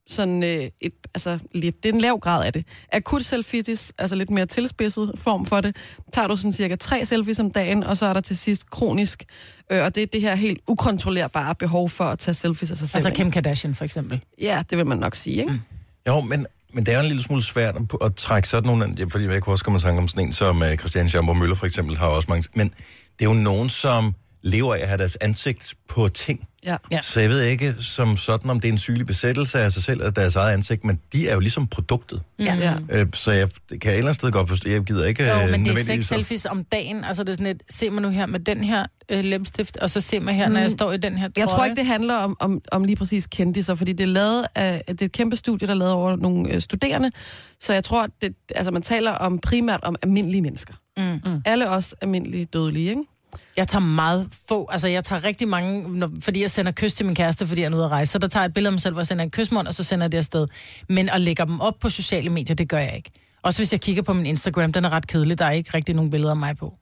S3: sådan øh, et, altså lidt, det er en lav grad af det. Akut selfitis, altså lidt mere tilspidset form for det, tager du sådan cirka tre selfies om dagen, og så er der til sidst kronisk, øh, og det er det her helt ukontrollerbare behov for at tage selfies af sig selv.
S2: Altså
S3: ikke?
S2: Kim Kardashian, for eksempel.
S3: Ja, det vil man nok sige, ikke? Mm.
S1: Jo, men, men det er jo en lille smule svært at, at trække sådan nogle... ja, Fordi jeg kunne også komme i tanke om sådan en som uh, Christian Schamborg Møller for eksempel, har også mange... Men det er jo nogen, som lever af at have deres ansigt på ting.
S3: Ja.
S2: Ja.
S1: Så jeg ved ikke som sådan, om det er en sygelig besættelse af sig selv og deres eget ansigt, men de er jo ligesom produktet. Mm.
S3: ja. ja.
S1: Øh, så jeg det kan jeg et eller andet sted godt forstå. Jeg gider ikke
S2: Jo,
S1: øh,
S2: men det er
S1: nødvendigvis
S2: seks
S1: at-
S2: selfies om dagen. Altså, det er sådan et, se mig nu her med den her øh, læbstift, og så se mig her, når jeg står i den her trøje.
S3: Mm. Jeg tror ikke, det handler om, om, om lige præcis kendiser, fordi det er, lavet af, det er et kæmpe studie, der er lavet over nogle øh, studerende. Så jeg tror, at det, altså, man taler om primært om almindelige mennesker. Mm. Alle os almindelige dødelige, ikke?
S2: Jeg tager meget få, altså jeg tager rigtig mange, når, fordi jeg sender kys til min kæreste, fordi jeg er ude at rejse. Så der tager jeg et billede af mig selv, hvor jeg sender en kysmund, og så sender jeg det afsted. Men at lægge dem op på sociale medier, det gør jeg ikke. Også hvis jeg kigger på min Instagram, den er ret kedelig, der er ikke rigtig nogen billeder af mig på.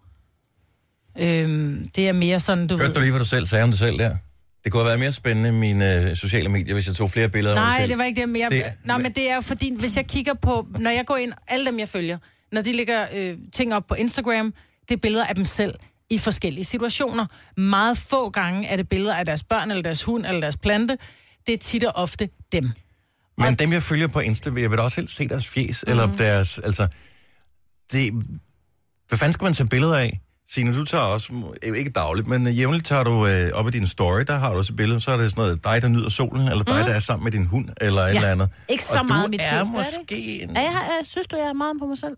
S2: Øhm, det er mere sådan, du
S1: Hørte du lige, hvad du selv sagde om dig selv der? Det kunne have været mere spændende, mine øh, sociale medier, hvis jeg tog flere billeder af mig
S2: Nej,
S1: selv.
S2: det var ikke det. Men jeg,
S1: Det-
S2: det, nej, men det er jo fordi, hvis jeg kigger på, når jeg går ind, alle dem jeg følger, når de lægger øh, ting op på Instagram, det er billeder af dem selv i forskellige situationer. Meget få gange er det billeder af deres børn, eller deres hund, eller deres plante. Det er tit og ofte dem.
S1: Men dem, jeg følger på Insta, vil jeg vil da også helst se deres fjes, mm. eller deres, altså, det, hvad fanden skal man tage billeder af? Signe, du tager også, øh, ikke dagligt, men øh, jævnligt tager du øh, op i din story, der har du også et billede, så er det sådan noget, dig, der nyder solen, eller dig, der er sammen med din hund, eller et eller andet.
S4: Mm. Ikke så
S1: og
S4: meget
S1: du
S4: mit
S1: er
S4: fjes, gør det
S1: måske... En,
S4: Ja, jeg, har- jeg synes du, jeg er meget på mig selv?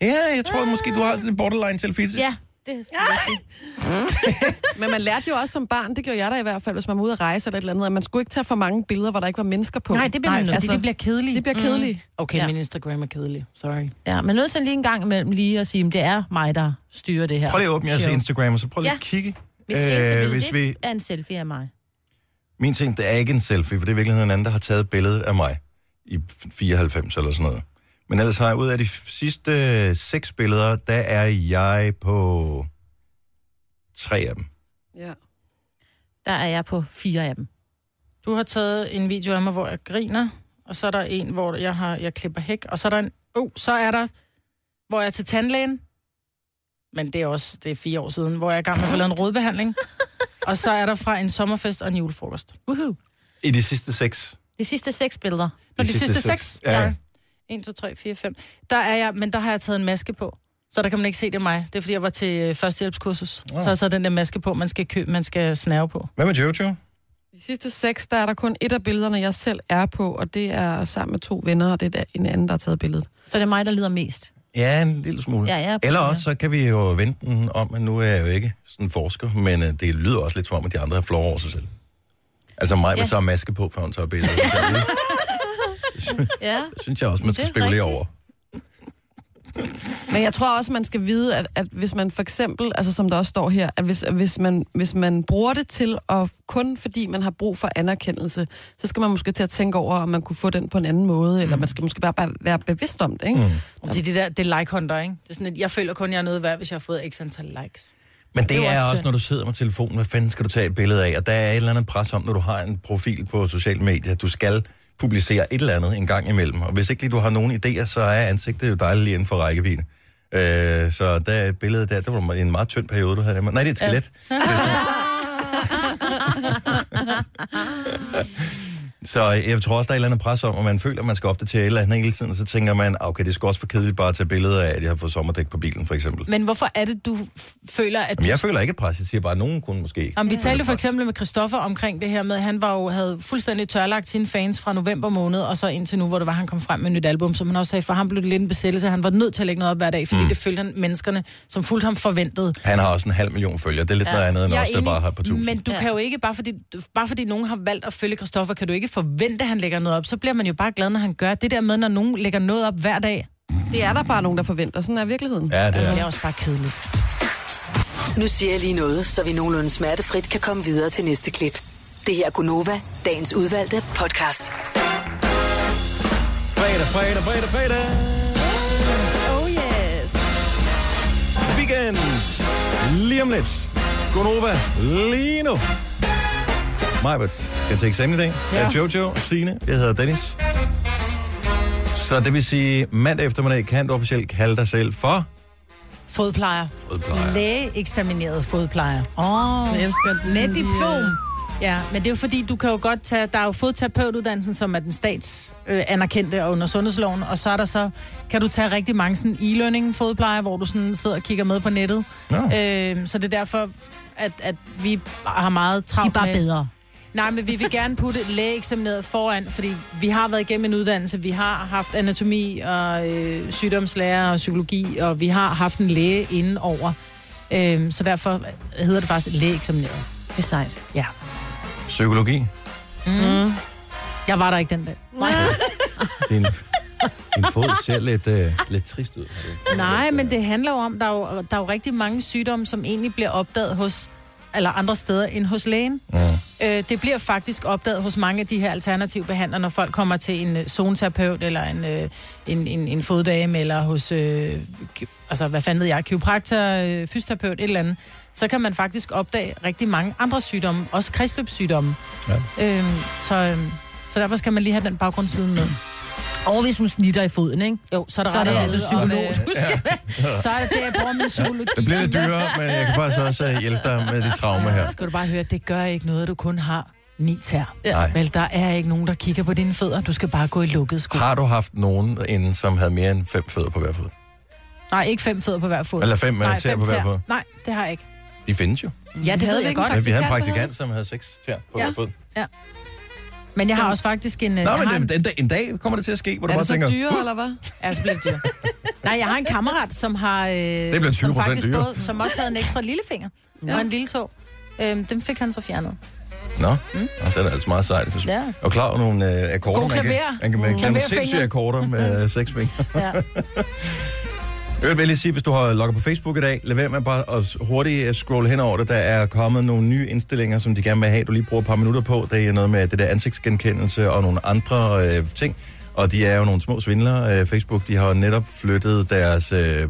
S1: ja, jeg tror måske, du har den borderline selfie.
S4: Ja, Det,
S3: Men man lærte jo også som barn, det gjorde jeg da i hvert fald, hvis man var ude at rejse eller et eller andet, at man skulle ikke tage for mange billeder, hvor der ikke var mennesker på.
S4: nej, det bliver man nødt
S3: altså,
S4: til.
S2: det bliver kedeligt.
S3: det bliver kedeligt. Mm.
S2: Okay,
S4: Ja.
S2: ja. min Instagram er kedelig. Sorry.
S4: Ja, men nødt til lige en gang imellem lige at sige, at det er mig, der styrer det her.
S1: Prøv lige at åbne jeres
S4: show.
S1: Instagram, og så prøv lige
S4: Ja.
S1: at kigge. Øh,
S4: Mit seneste billede,
S1: hvis vi,
S4: det er en selfie af mig.
S1: min ting, det er ikke en selfie, for det er i virkeligheden en anden, der har taget et billede af mig i 94 eller sådan noget. Men ellers har jeg ud af de sidste øh, seks billeder, der er jeg på tre af dem.
S3: Ja.
S4: Der er jeg på fire af dem.
S2: Du har taget en video af mig, hvor jeg griner, og så er der en, hvor jeg, har, jeg klipper hæk, og så er der en, oh, så er der, hvor jeg er til tandlægen, men det er også, det er fire år siden, hvor jeg er i gang med at få lavet en rodbehandling, og så er der fra en sommerfest og en julefrokost.
S4: Woohoo.
S1: I de sidste seks.
S4: De sidste seks billeder.
S2: Nå, de, sidste, seks?
S1: Ja. ja.
S2: 1, 2, 3, 4, 5. Der er jeg, men der har jeg taget en maske på. Så der kan man ikke se, det er mig. Det er, fordi jeg var til øh, førstehjælpskursus. Så har jeg taget den der maske på, man skal købe, man skal snæve på.
S1: Hvad med Jojo?
S3: De sidste seks, der er der kun et af billederne, jeg selv er på, og det er sammen med to venner, og det er der en anden, der har taget billedet.
S4: Så det er mig, der lider mest.
S1: Ja, en lille smule.
S4: Ja, jeg er på
S1: Eller
S4: den her.
S1: også, så kan vi jo vente den om, at nu er jeg jo ikke sådan en forsker, men øh, det lyder også lidt som om, at de andre har flår over sig selv. Altså mig, der
S4: Ja.
S1: tager maske på, før hun tager billeder. Det
S4: Ja.
S1: synes jeg også, man skal
S4: Det er
S1: spekulere
S4: rigtigt.
S1: over.
S3: Men jeg tror også, man skal vide, at, at hvis man for eksempel, altså som der også står her, at hvis, at hvis, man, hvis man bruger det til, og kun fordi man har brug for anerkendelse, så skal man måske til at tænke over, om man kunne få den på en anden måde,
S1: Mm.
S3: eller man skal måske bare, bare være bevidst om det, ikke? Mm.
S2: Og Det er det der, det er like hunter, ikke? Det er sådan, at jeg føler kun, jeg er noget værd, hvis jeg har fået x antal likes.
S1: Men det,
S2: Det er
S1: det
S2: jo
S1: er
S2: også
S1: også,
S2: synd.
S1: når du sidder med telefonen, hvad fanden skal du tage et billede af? Og der er et eller andet pres om, når du har en profil på sociale medier. Du skal publicere et eller andet en gang imellem. Og hvis ikke lige du har nogen idéer, så er ansigtet jo dejligt lige inden for rækkevidde. Øh, så der er et billede der, det var en meget tynd periode, du havde. af mig. Nej, det er et skelet. Det er sådan- Så jeg tror også, der er et eller andet pres om, og man føler, at man skal opdatere et eller andet hele tiden, og så tænker man, "Ah, okay, det skal også for kedeligt bare at tage billeder af, at jeg har fået sommerdæk på bilen, for eksempel.
S2: Men hvorfor er det, du f- føler, at...
S1: Jamen, jeg føler ikke et pres, jeg siger bare, at nogen kunne måske.
S2: Jamen, vi talte for eksempel med Christoffer omkring det her med, at han var jo, havde fuldstændig tørlagt sine fans fra november måned, og så indtil nu, hvor det var, han kom frem med et nyt album, som han også sagde, for ham blev det lidt en besættelse, han var nødt til at lægge noget op hver dag, fordi mm. det følte han menneskerne, som fulgte ham forventede.
S1: Han har også en halv million følgere. Det er lidt ja. noget andet end os, der bare har på tusind.
S2: men
S1: Men...
S2: du ja. kan jo ikke, bare fordi, bare fordi nogen har valgt at følge Christoffer, kan du ikke forvente, at han lægger noget op, så bliver man jo bare glad, når han gør det der med, når nogen lægger noget op hver dag.
S3: Det er der bare nogen, der forventer. Sådan er virkeligheden.
S1: Ja, det
S2: Altså,
S1: er.
S2: det er også bare kedeligt.
S5: Nu siger jeg lige noget, så vi nogenlunde smertefrit kan komme videre til næste klip. Det her er Gunova, dagens udvalgte podcast.
S1: Fredag, fredag, fredag, fredag.
S4: Oh yes.
S1: Weekend. Lige om lidt. Gonova. Lige nu. Majbert skal til eksamen i dag. Ja. Jeg er Jojo, Signe, jeg hedder Dennis. Så det vil sige, mandag eftermiddag kan du officielt kalde dig selv for...
S2: Fodplejer.
S1: Fodplejer.
S2: Lægeeksamineret fodplejer.
S4: Åh, oh,
S3: Jeg elsker det.
S4: med diplom.
S2: Ja, men det er jo fordi, du kan jo godt tage, der er jo fodterapeutuddannelsen, som er den stats øh, anerkendte og under sundhedsloven, og så er der så, kan du tage rigtig mange sådan e-learning fodplejer, hvor du sådan sidder og kigger med på nettet.
S1: Nå.
S2: Øh, så det er derfor, at, at vi har meget
S4: De
S2: travlt
S4: er bare
S2: med,
S4: bedre.
S2: Nej, men vi vil gerne putte lægeeksamineret foran, fordi vi har været igennem en uddannelse, vi har haft anatomi og øh, sygdomslærer og psykologi, og vi har haft en læge indenover. Øh, så derfor hedder det faktisk lægeeksamineret.
S4: Det er sejt. Mm.
S2: Ja.
S1: Psykologi.
S2: Jeg var der ikke den dag.
S1: Din, din fod ser lidt, øh, lidt trist ud.
S2: Nej, men det handler jo om, der er jo, der er jo rigtig mange sygdomme, som egentlig bliver opdaget hos eller andre steder end hos lægen.
S1: Ja.
S2: Øh, det bliver faktisk opdaget hos mange af de her alternative behandlere, når folk kommer til en øh, zoneterapeut eller en, øh, en, en, en foddame, eller hos, øh, ki- altså hvad fanden ved jeg, kiropraktor, øh, fysioterapeut, et eller andet. Så kan man faktisk opdage rigtig mange andre sygdomme, også kredsløbssygdomme.
S1: Ja.
S2: Øh, så, øh, så derfor skal man lige have den baggrundsviden med.
S4: Og hvis hun snitter i foden, ikke?
S2: Jo, så er der
S4: Så er det
S2: ret
S4: altså
S2: meget om,
S4: psykolog.
S2: øh,
S4: du skal være.
S2: Så er det det, jeg bruger min psykologi.
S1: Det bliver lidt dyrere, men jeg kan faktisk også øh, hjælpe dig med dit traume her.
S2: Så skal du bare høre, det gør ikke noget, du kun har ni tær.
S1: Nej.
S2: Vel, der er ikke nogen, der kigger på dine fødder. Du skal bare gå i lukket sko.
S1: Har du haft nogen inden, som havde mere end fem fødder på hver fod?
S2: Nej, ikke fem fødder på hver fod.
S1: Eller fem
S2: Nej,
S1: øh, tæer på hver fod?
S2: Nej, det har jeg ikke.
S1: De findes jo.
S2: Ja, det ved
S3: vi
S2: jeg
S3: ikke
S2: godt.
S1: Ja, vi havde en
S3: praktikant,
S1: praktikant, som havde seks tæer på
S2: Ja.
S1: hver fod.
S2: Men jeg har også faktisk en... øh,
S1: Nå,
S2: jeg har
S1: men
S2: en,
S1: en, en, dag kommer det til at ske, hvor du
S3: Er
S1: bare
S3: det så
S1: tænker...
S3: dyre,
S1: "Huh."
S3: eller hvad?
S2: Ja, så bliver det dyrt. Nej, jeg har en kammerat, som har... Øh, det
S1: bliver 20%
S2: som faktisk
S1: dyrere.
S2: både, Som også havde en ekstra lillefinger ja. og en lille tog. Øhm, dem fik han så fjernet.
S1: Nå, mm. den er altså meget sejt. Hvis...
S2: Ja.
S1: Og klar over nogle øh, akkorder.
S2: God
S1: Man
S2: klaver.
S1: kan, man kan, man kan nogle
S2: Klaverfingre.
S1: sindssyge akkorder med øh, seks fingre.
S2: Ja.
S1: Jeg vil lige sige, hvis du har logget på Facebook i dag, lad være med bare at hurtigt øh, scrolle hen over det. Der er kommet nogle nye indstillinger, som de gerne vil have, du lige bruger et par minutter på. Det er noget med det der ansigtsgenkendelse og nogle andre øh, ting. Og de er jo nogle små svindlere. Øh, Facebook, de har jo netop flyttet deres øh,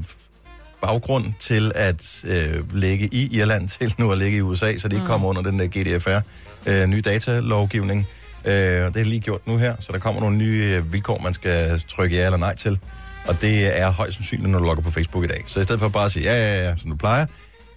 S1: baggrund til at øh, ligge i Irland, til nu at ligge i USA, så de ikke kommer under den der GDPR, øh, nye datalovgivning. Øh, og det er lige gjort nu her, så der kommer nogle nye øh, vilkår, man skal trykke ja eller nej til. Og det er højst sandsynligt, når du logger på Facebook i dag. Så i stedet for bare at sige ja, ja, ja, som du plejer,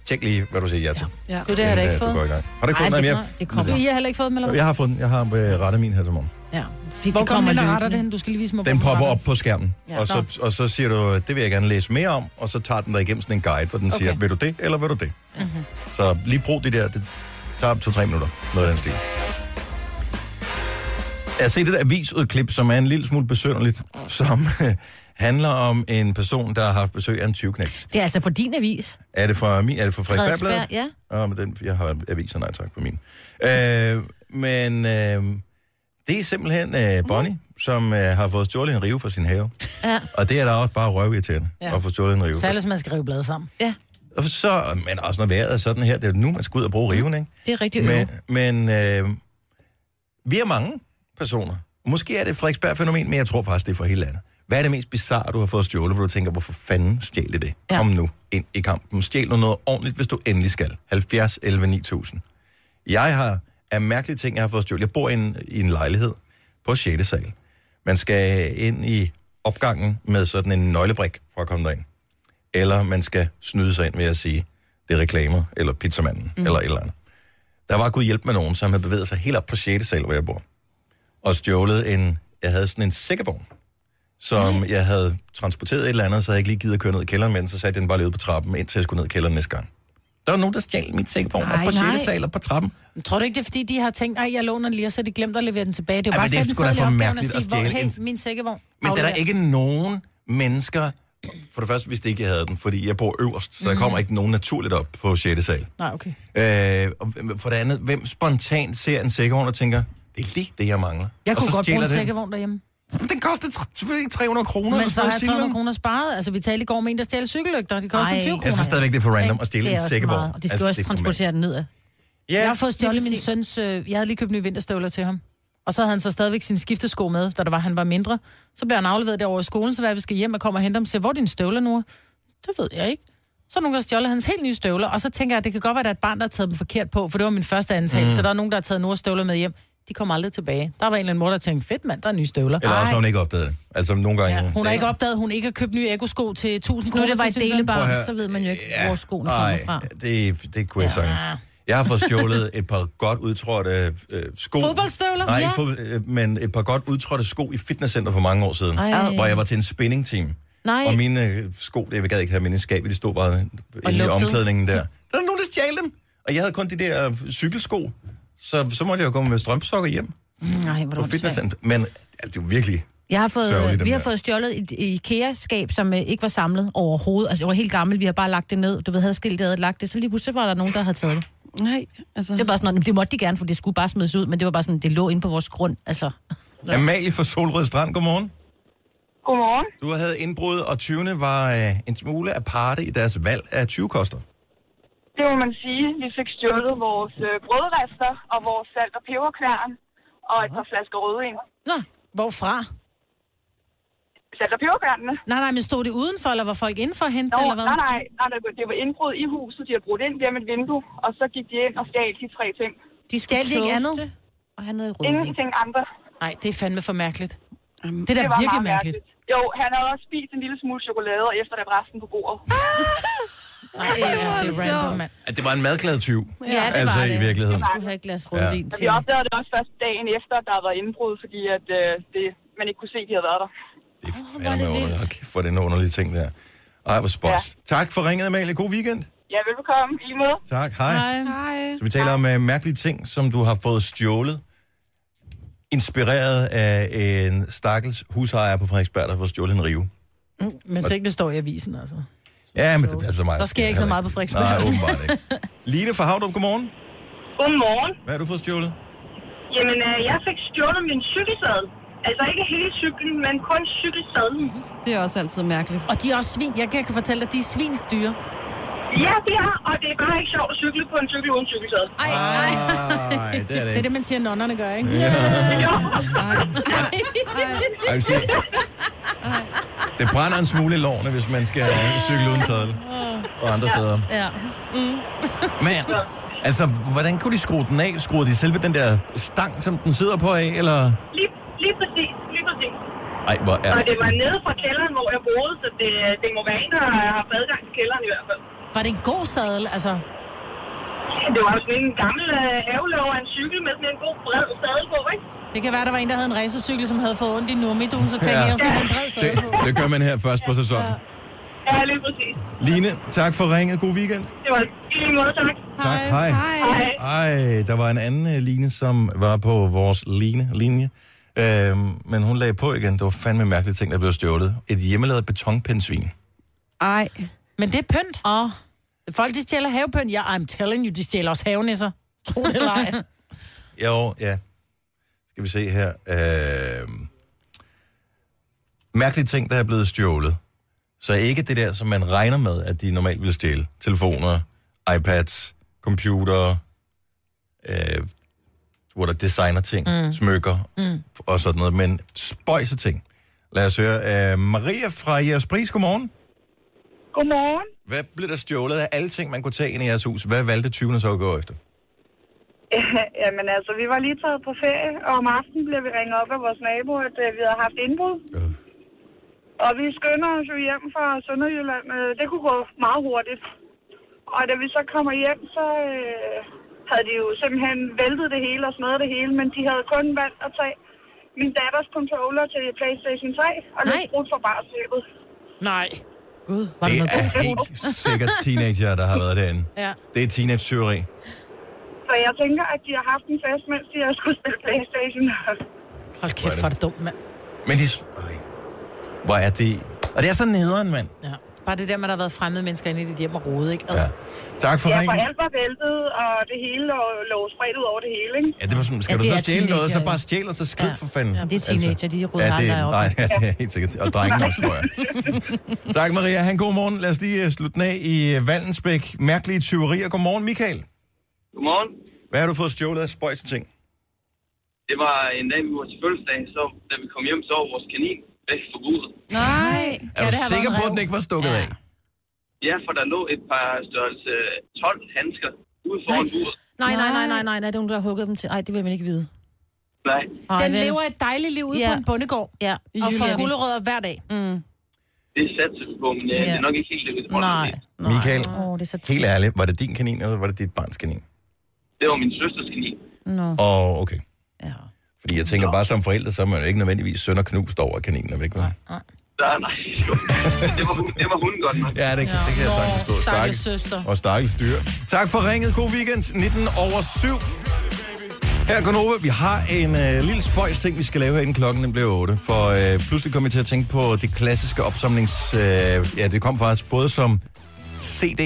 S1: tjek lige, hvad du siger ja til. Ja.
S3: Ja.
S2: Gud, det har jeg da ikke
S1: du går i
S2: fået.
S1: gang. Har du ikke fået
S4: Ej,
S1: noget
S4: det
S1: mere?
S4: kommer- det kommer.
S2: I har heller ikke fået dem, eller hvad?
S1: Jeg har fået den. Jeg har øh, rettet min her til morgen.
S4: Ja. De,
S2: Hvor
S4: de
S2: kommer den, der retter
S4: løbende.
S2: det hen? Du skal lige vise mig,
S1: Den
S2: hvor
S1: popper op
S2: retter
S1: på skærmen,
S4: Ja.
S1: ja. og, så, og så siger du, det vil jeg gerne læse mere om, og så tager den dig igennem sådan en guide, hvor den okay. siger, vil du det, eller vil du det? Mm-hmm. Så lige brug det der, det tager to-tre minutter, noget af den stil. Jeg har set et avisudklip, som er en lille smule besynderligt, som handler om en person, der har haft besøg af en 20
S4: Det er altså for din avis.
S1: Er det fra, min, er det fra Frederik
S4: Frederiksberg, ja.
S1: Ah, men den, jeg har aviser, nej tak på min. Øh, men øh, det er simpelthen øh, Bonnie, mm. som øh, har fået stjålet en rive fra sin have.
S4: Ja.
S1: Og det er da også bare røvirriterende
S2: Ja.
S1: ja. at få stjålet en rive.
S2: Særligt, hvis man skal rive bladet sammen.
S4: Ja,
S1: Og så, men også når vejret er sådan her, det er jo nu, man skal ud og bruge riven, ikke?
S4: det er rigtig
S1: Men,
S4: øvrigt.
S1: men øh, vi er mange personer. Måske er det et Frederiksberg-fænomen, men jeg tror faktisk, det er for hele landet. Hvad er det mest bizarre, du har fået stjålet, hvor du tænker, hvorfor fanden stjæl det det?
S4: Ja.
S1: Ja. Kom nu ind i kampen. Stjæl nu noget ordentligt, hvis du endelig skal. 70 11 9000. Jeg har af mærkelige ting, jeg har fået stjålet. Jeg bor i en, i en lejlighed på 6. sal. Man skal ind i opgangen med sådan en nøglebrik for at komme derind. Eller man skal snyde sig ind ved at sige, det er reklamer, eller pizzamanden, mm. eller et eller andet. Der var gået hjælp med nogen, som havde bevæget sig helt op på 6. sal, hvor jeg bor. Og stjålet en... Jeg havde sådan en sækkevogn, som Nej. jeg havde transporteret et eller andet, så havde jeg ikke lige givet at køre ned i kælderen, men så satte jeg den bare lige ud på trappen, indtil jeg skulle ned i kælderen næste gang. Der var nogen, der stjal min sækkevogn op
S2: Ej,
S1: på
S2: nej.
S1: 6. sal og på trappen.
S2: Men tror du ikke, det er fordi, de har tænkt, at jeg låner den lige, og så har de glemt at levere den tilbage? Det er jo
S1: Ej,
S2: bare
S1: men det er
S2: at
S1: sgu da for
S2: sætte en seddel i opgaven og
S1: mærkeligt at
S2: sige, hvor,
S1: stjæle
S2: hey,
S1: en-
S2: min sækkevogn.
S1: Men der er
S2: afleverer
S1: der ikke nogen mennesker... For det første, hvis det ikke jeg havde den, fordi jeg bor øverst, så der kommer ikke nogen naturligt op på 6. sal.
S2: den." Nej, okay.
S1: Øh, og hvem- for det andet, hvem spontant ser en sækkevogn og tænker, det er lige det, jeg mangler.
S2: Jeg
S1: og
S2: kunne
S1: så
S2: godt bruge
S1: stjæler
S2: en
S1: den.
S2: sækkevogn derhjemme.
S1: Den koster tr- selvfølgelig 300 kroner.
S2: Men
S1: eller
S2: så
S1: sådan
S2: har
S1: noget,
S2: jeg
S1: siger
S2: 300
S1: man.
S2: kroner sparet. Altså, vi talte i går om en, der stjæler cykellygter. De koster
S4: Ej.
S2: 20
S1: Jeg
S2: kroner.
S1: synes stadigvæk, det er for random
S4: Ikke?
S1: at stjæle
S4: Det er
S1: en
S4: også
S1: sækkevogn.
S4: meget. Og de skal altså, også
S1: det er for
S4: transportere den nedad.
S1: mand. Ja,
S2: Jeg har fået stjålet
S4: Lige
S2: min
S4: præcis.
S2: søns... Øh, jeg havde lige købt nye vinterstøvler til ham. Og så havde han så stadigvæk sine skiftesko med, da der var, han var mindre. Så blev han afleveret derovre i skolen, så da vi skal hjem og kommer og hente ham, siger, hvor er dine støvler nu? Det ved jeg ikke. Så er der nogen, der stjålet hans helt nye støvler, og så tænker jeg, at det kan godt være, at der er et barn, der har taget dem forkert på, for det var min første antagelse, mm. så der er nogen, der har taget Noras støvler med hjem. De kommer aldrig tilbage. Der var en eller anden mor, der tænkte, fedt mand, der er nye støvler.
S1: Eller også, når hun ikke opdagede det. Altså, nogle gange...
S2: Hun har ikke opdaget, at hun ikke har købt nye ekosko til 1000
S4: Nu
S2: kroner.
S4: er det bare et
S2: til sin søn.
S1: Prøv at
S4: delebarn,
S1: høre.
S4: så ved man jo ikke,
S1: Ja,
S4: hvor skoene
S1: nej,
S4: kommer fra.
S1: Det, det kunne jeg ja. sagtens. Jeg har fået stjålet et par godt udtrådte øh, sko.
S2: Fodboldstøvler?
S1: Nej,
S2: Ja.
S1: ikke fodbold, øh, men et par godt udtrådte sko i fitnesscenter for mange år siden.
S4: Ej.
S1: Hvor jeg var til en spinningteam.
S4: Nej.
S1: Og mine øh, sko, det jeg gad ikke have mine i skabet, de stod bare inde i
S2: lugtede.
S1: omklædningen der. Der var nogen, der stjal dem. Og jeg havde kun de der øh, cykelsko. Så, så måtte jeg jo gå med strømsokker hjem
S4: Nej, hvor er
S1: på
S4: det åndssvagt.
S1: fitnesscenter. Men altså, det er jo virkelig...
S4: Jeg har fået,
S1: Sørgelig,
S4: Sørgelig,
S1: dem
S4: vi har
S1: der.
S4: fået stjålet et IKEA-skab, som øh, ikke var samlet overhovedet. Altså, det var helt gammelt. Vi har bare lagt det ned. Du ved, havde skilt det, havde lagt det. Så lige pludselig var der nogen, der havde taget det.
S3: Nej, altså...
S4: Det var bare sådan, "Nå, det måtte de gerne, for det skulle bare smides ud. Men det var bare sådan, det lå inde på vores grund. Altså,
S1: Amalie fra Solrød Strand, godmorgen.
S7: Godmorgen.
S1: Du havde indbrud, og 20'erne var øh, en smule aparte i deres valg af 20-koster.
S7: Det må man sige. Vi fik stjålet vores øh, brødrester og vores salt- og peberknæren og et par flasker rødvin.
S2: Nå, hvorfra?
S7: Salt- og peberkærnene?
S2: Nej, nej, men stod det udenfor, eller var folk indenfor at hente
S7: Nå,
S2: det, eller hvad?
S7: nej, nej, nej, nej, det var indbrud i huset. De havde brudt ind gennem et vindue, og så gik de ind og stjal de tre ting.
S4: de
S2: Stjal de ikke andet?
S4: Og han havde rødvin.
S7: Ingenting andre.
S2: Nej, det er fandme for mærkeligt. det er da
S7: Det var
S2: virkelig
S7: meget
S2: mærkeligt.
S7: mærkeligt. Jo, han havde også spist en lille smule chokolade, og efter det resten på bordet.
S2: Nej, ja, det Ah! er random, mand.
S1: At det var en madglad 20.
S4: Ja, det
S1: altså
S4: var
S1: i
S4: det.
S1: virkeligheden.
S4: Du havde et glas rødvin
S7: Men
S4: til.
S7: vi opdagede det også først dagen efter, at der var indbrud, fordi at, øh, det, man ikke kunne se, at de havde været der.
S1: Det er fandme underligt. Hold kæft, For den underlige ting der. Ej, hvor spøjst. Ja. Tak for ringet, Amalie. God weekend.
S7: Ja, velbekomme. I lige måde.
S1: Tak, hej.
S3: Hej.
S1: Så vi taler om uh, mærkelige ting, som du har fået stjålet. Inspireret af en stakkels husejer på Frederiksberg, der har fået stjålet en rive.
S2: Mm, men tænk, det står i avisen, altså.
S1: Ja, men det passer meget.
S2: Der sker ikke så meget på Frederiksberg.
S1: Nej, åbenbart ikke. Line fra Havdrup, godmorgen.
S7: Godmorgen.
S1: Hvad har du fået stjålet?
S7: Jamen, øh, jeg fik stjålet min cykelsadel. Altså ikke hele cyklen, men kun cykelsadlen.
S3: Det er også altid mærkeligt.
S2: Og de er også svin. Jeg kan kan fortælle dig, at de er svinsdyre.
S7: Ja, det er, og det er bare ikke sjovt at cykle på en cykel uden cykelsadel.
S4: Ej,
S1: Nej, det er det
S2: Det er det,
S1: ikke.
S2: man siger, nonnerne gør, ikke?
S1: Ja.
S7: Jo,
S1: Ej, jeg vil sige, det brænder en smule i lårene, hvis man skal øh, cykle uden sadel og andre steder.
S4: Ja. Mm.
S1: Men, altså, hvordan kunne de skrue den af? Skruede de selve den der stang, som den sidder på af, eller?
S7: lige, lige præcis, lige præcis.
S1: Ej, hvor er
S7: Og det var nede fra kælderen, hvor jeg boede, så det, det må være en, der har haft adgang til kælderen i hvert fald.
S2: Var det en god sadel, altså?
S7: Det var jo sådan en gammel øh, havelov af en cykel med sådan en god bred sadel på, ikke?
S2: Det kan være, der var en, der havde en racercykel, som havde fået ondt i numiduen, så tænkte
S1: Ja.
S2: ja. jeg, at jeg en bred sadel
S1: det,
S2: på.
S1: det gør man her først på sæsonen.
S7: Ja, lige præcis.
S1: Line, tak for ringet. God weekend.
S7: Det var i lige måde, tak.
S1: Tak. Hej.
S7: Hej.
S1: Ej, der var en anden øh, Line, som var på vores line, linje. Øhm, men hun lagde på igen. Det var fandme mærkelige ting, der blev stjålet. Et hjemmelavet betonpindsvin.
S3: Ej.
S2: Men det er pynt. Oh. Folk, de stjæler havepynt. Ja, I'm telling you, de stjæler også havenisser. Tro det eller ej.
S1: Jo, ja. Skal vi se her. Øhm, mærkelige ting, der er blevet stjålet. Så ikke det der, som man regner med, at de normalt vil stjæle. Telefoner, iPads, computer, øh, hvor der designer ting, mm. smykker mm. og sådan noget. Men spøjse ting. Lad os høre. Øh, Maria fra Jeres Pris, godmorgen.
S7: Godmorgen.
S1: Hvad blev der stjålet af alle ting, man kunne tage ind i jeres hus? Hvad valgte 20'erne så at gå efter?
S7: Jamen altså, vi var lige taget på ferie, og om aftenen blev vi ringet op af vores nabo, at øh, vi havde haft indbrud.
S1: Øh.
S7: Og vi skynder os jo hjem fra Sønderjylland. Øh, Det kunne gå meget hurtigt. Og da vi så kommer hjem, så øh, havde de jo simpelthen væltet det hele og smadret det hele, men de havde kun valgt at tage min datters controller til PlayStation 3 og lidt
S4: Nej.
S7: brudt for barskabet.
S2: Nej. Gud, var det,
S1: Det
S2: noget
S1: er helt sikkert teenager, der har været derinde.
S2: Ja.
S1: Det er teenage-tyveri.
S7: Så jeg tænker, at de har haft en fest, mens de har skulle spille PlayStation.
S2: Hold kæft,
S1: det-
S2: hvor er det dumt, mand.
S1: Men de... Ej. Hvor er det... Og det er sådan nederen, mand.
S2: Ja. Bare det der med, at der har været fremmede mennesker inde i dit hjem og rode, ikke?
S1: Ja. Tak for
S7: Ja, for
S1: ringen.
S7: alt var væltet, og det hele lå, lå spredt ud over det hele, ikke?
S1: Ja, det var sådan, skal
S4: Ja,
S1: du
S4: det
S1: så
S4: er
S1: stjæle noget, så
S4: teenager,
S1: bare
S4: ja.
S1: stjæl, og så skyd
S2: Ja.
S1: for fanden.
S4: Det er teenager, de ruder
S1: det,
S4: aldrig op.
S1: nej, ja, det er helt sikkert. Og drengene også, tror jeg. tak, Maria. Han god morgen. Lad os lige øh, slutte den af i øh, Vallensbæk. Mærkelige tyverier. Godmorgen, Michael.
S8: Godmorgen.
S1: Hvad har du fået stjålet af spøjse ting?
S8: Det var en dag, vi var til fødselsdag, så da vi kom hjem, så var vores kanin væk fra buret.
S3: Nej.
S1: Er du
S2: det har
S1: sikker
S2: været en
S1: på, at
S2: ræv?
S1: den ikke var stukket af?
S8: Ja, for der lå et par størrelse 12 handsker ude foran buret.
S4: Nej, nej, nej, nej, nej, nej, det er hun, der har hugget dem til. Nej, det vil man ikke vide.
S8: Nej.
S4: Ej,
S2: Den
S4: vel.
S2: lever et dejligt liv ude
S4: Ja.
S2: på en bondegård.
S4: Ja, Mm.
S2: Og
S4: Jylland.
S2: får gulerødder hver dag.
S8: Det satte vi på, men ja, det
S4: Ja.
S8: er nok ikke helt det, vi tror.
S4: Nej, nej.
S1: Michael,
S4: Åh, det er så
S1: helt
S4: tæt.
S1: ærligt, var det din kanin, eller var det dit barns kanin?
S8: Det var min søsters kanin.
S4: Nå,
S1: Og okay.
S4: ja.
S1: Fordi jeg tænker bare som forældre, så er man jo ikke nødvendigvis sønder knust over at kaninen er væk. Nej.
S8: Nej, nej. Det var, hun, det var hun godt nok.
S1: Ja, det, ja. det kan jeg sagtens forstå.
S2: Stakkels
S1: Stakke-
S2: søster.
S1: Og stakkels dyr. Tak for ringet. God weekend. 19 over 7. Her går Nova. Vi har en øh, lille spøjs ting, vi skal lave her inden klokken den blev 8. For øh, pludselig kom jeg til at tænke på det klassiske opsamlings... Øh, ja, det kom faktisk både som CD,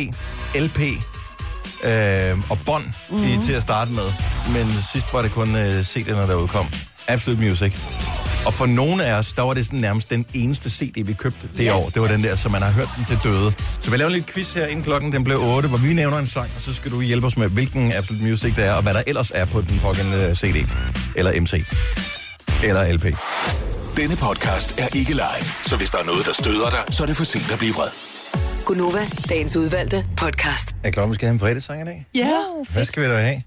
S1: LP øh, og bånd mm-hmm. til at starte med. Men sidst var det kun øh, CD'erne, der udkom. Absolute Music. Og for nogle af os, der var det sådan nærmest den eneste CD, vi købte det år. Det var den der, så man har hørt den til døde. Så vi laver en lille quiz her, inden klokken den blev 8, hvor vi nævner en sang, og så skal du hjælpe os med, hvilken Absolute Music det er, og hvad der ellers er på den pågældende CD. Eller MC. Eller LP.
S6: Denne podcast er ikke live, så hvis der er noget, der støder dig, så er det for sent at blive vred.
S5: Gunova, dagens udvalgte podcast.
S1: Er klar, vi skal have en fredagssang i dag?
S2: Ja.
S1: Hvad skal vi da have?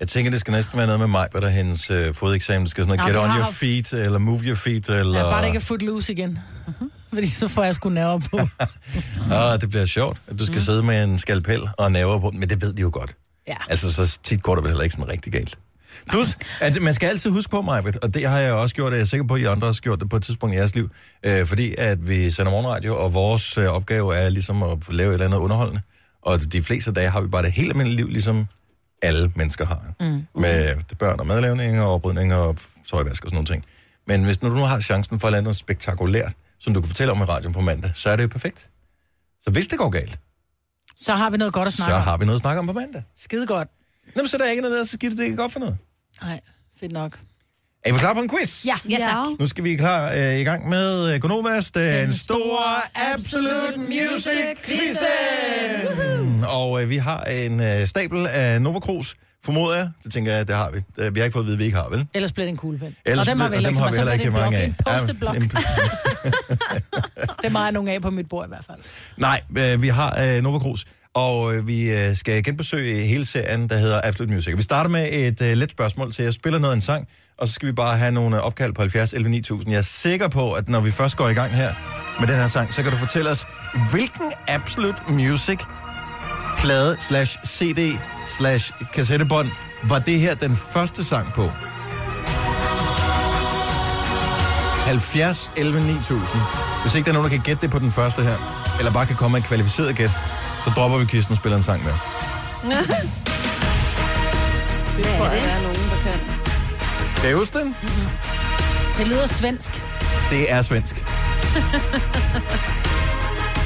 S1: Jeg tænker, det skal næsten være noget med mig, hvad der er hendes øh, fodeksamen. Det skal sådan noget,
S2: Nå,
S1: get
S2: vi
S1: on
S2: har
S1: your
S2: haft-
S1: feet, eller move your feet, eller...
S2: Ja, bare det ikke er footloose igen. Fordi så får jeg sgu nerver på.
S1: Ah, det bliver sjovt, at du skal mm. sidde med en skalpel og naver på den, men det ved de jo godt.
S2: Ja.
S1: Altså, så tit går det vel heller ikke sådan rigtig galt. Plus, at man skal altid huske på mig, og det har jeg også gjort, og jeg er sikker på, at I andre også har gjort det på et tidspunkt i jeres liv, øh, fordi at vi sender morgenradio, og vores øh, opgave er ligesom at lave et eller andet underholdende. Og de fleste dage har vi bare det helt almindelige liv, ligesom alle mennesker har. Mm. Med børn og madlavning og oprydning og tøjvask og sådan nogle ting. Men hvis nu du har chancen for at lave noget spektakulært, som du kan fortælle om i radioen på mandag, så er det jo perfekt. Så hvis det går galt,
S2: Så har vi noget godt at
S1: så
S2: snakke om.
S1: har vi noget at snakke om på mandag.
S2: Skide godt.
S1: Nå, men så er der ikke noget, der så skidt, det ikke godt for noget.
S2: Nej, fedt nok.
S1: Er vi klar på en quiz?
S4: Ja, ja tak.
S1: Nu skal vi klar øh, i gang med øh, Gonovas, den store Absolute Music Quizzen! Og øh, vi har en øh, stabel af Nova Cruz, formoder jeg. Det tænker jeg, det har vi. Det, vi har ikke fået at vide, at vi ikke har, vel?
S2: Ellers bliver det en kuglepen.
S1: Ellers
S2: og dem har
S1: bliver-
S2: vi
S1: og
S2: heller ikke,
S1: dem har
S2: så
S1: vi
S2: så
S1: heller
S2: bliver det
S1: ikke
S2: en blok.
S1: mange af.
S2: En posteblok.
S1: Ja, en-
S2: Det er meget nogle af på mit bord i hvert fald.
S1: Nej, øh, vi har øh, Nova Cruz, og øh, vi øh, skal genbesøge hele serien, der hedder Absolute Music. Vi starter med et øh, let spørgsmål til, jeg spiller noget af en sang, og så skal vi bare have nogle øh, opkald på 70 11 9000. Jeg er sikker på, at når vi først går i gang her med den her sang, så kan du fortælle os, hvilken Absolute Music plade slash CD slash kassettebånd var det her den første sang på? 70 11 9000. Hvis ikke der er nogen, der kan gætte det på den første her, eller bare kan komme med et kvalificeret gæt, så dropper vi kvisten og spiller en sang med.
S3: Det tror jeg, der er nogen, der kan.
S1: Kan I huske den?
S2: Det lyder svensk. Det
S1: Det er svensk.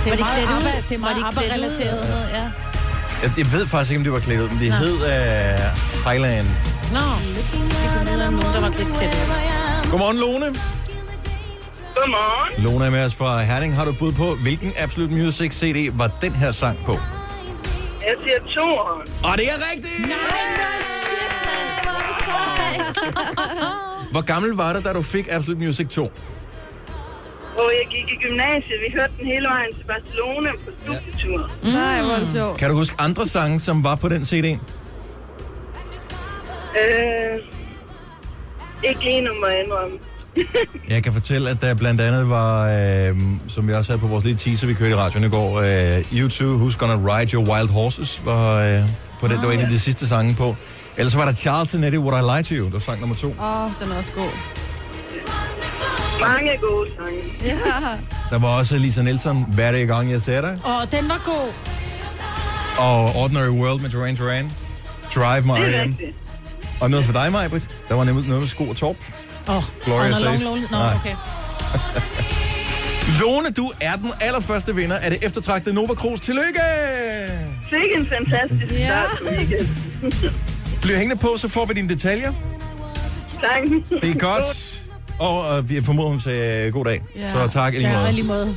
S2: er
S4: det
S2: meget
S4: klædt ud?
S2: ABBA, det er
S4: Var det
S2: meget
S4: klædt ud?
S2: ABBA-relateret. Ja.
S1: Jeg, jeg ved faktisk ikke, om det var klædt ud, men det hed uh, Highland.
S4: Nå, det kunne være der er nogen, der var lidt tæt.
S1: Godmorgen, Lone.
S7: Godmorgen.
S1: Lone er med os fra Herning. Har du bud på, hvilken Absolute Music CD var den her sang på?
S7: Jeg siger toren.
S1: Og det er rigtigt! Hvor gammel var du, da du fik Absolute Music 2?
S7: Og jeg gik i gymnasiet. Vi hørte den hele vejen til Barcelona på studietur.
S1: Mm.
S3: Nej, hvor er det sjovt.
S1: Kan du huske andre sange, som var på den CD?
S7: Øh, ikke lige nu må jeg indrømme.
S1: Jeg kan fortælle, at der blandt andet var, øh, som vi også havde på vores lille teaser, vi kørte i radioen i går, øh, U2, Who's Gonna Ride Your Wild Horses, var, øh, på den, det var en af de sidste sange på. Ellers var der Charles Nettie, Would I Lie To You, der var sang nummer to.
S3: Åh, den er også god.
S7: Mange gode sange.
S3: Ja.
S1: Der var også Lisa Nielsen, Hver dag gang jeg ser dig,
S2: Og den var god.
S1: og Ordinary World med Duran Duran, Drive My
S7: Det er
S1: R.E.M.
S7: rigtigt.
S1: Og noget for dig, Majbrit, der var nemlig noget med sko og torp.
S2: Oh,
S1: Glorious Days.
S2: Nå,
S1: Nej.
S2: okay.
S1: Lone, du er den allerførste vinder af det eftertragtede Nova Cruz. Tillykke!
S7: Sikke en fantastisk start på weekenden.
S1: Bliv hængende på, så får vi dine detaljer.
S7: Tak.
S1: Det er godt. Og, og vi formoder, hun sagde øh, god dag.
S3: Ja.
S1: Så tak i lige
S2: Ja, og i
S1: måde.
S2: lige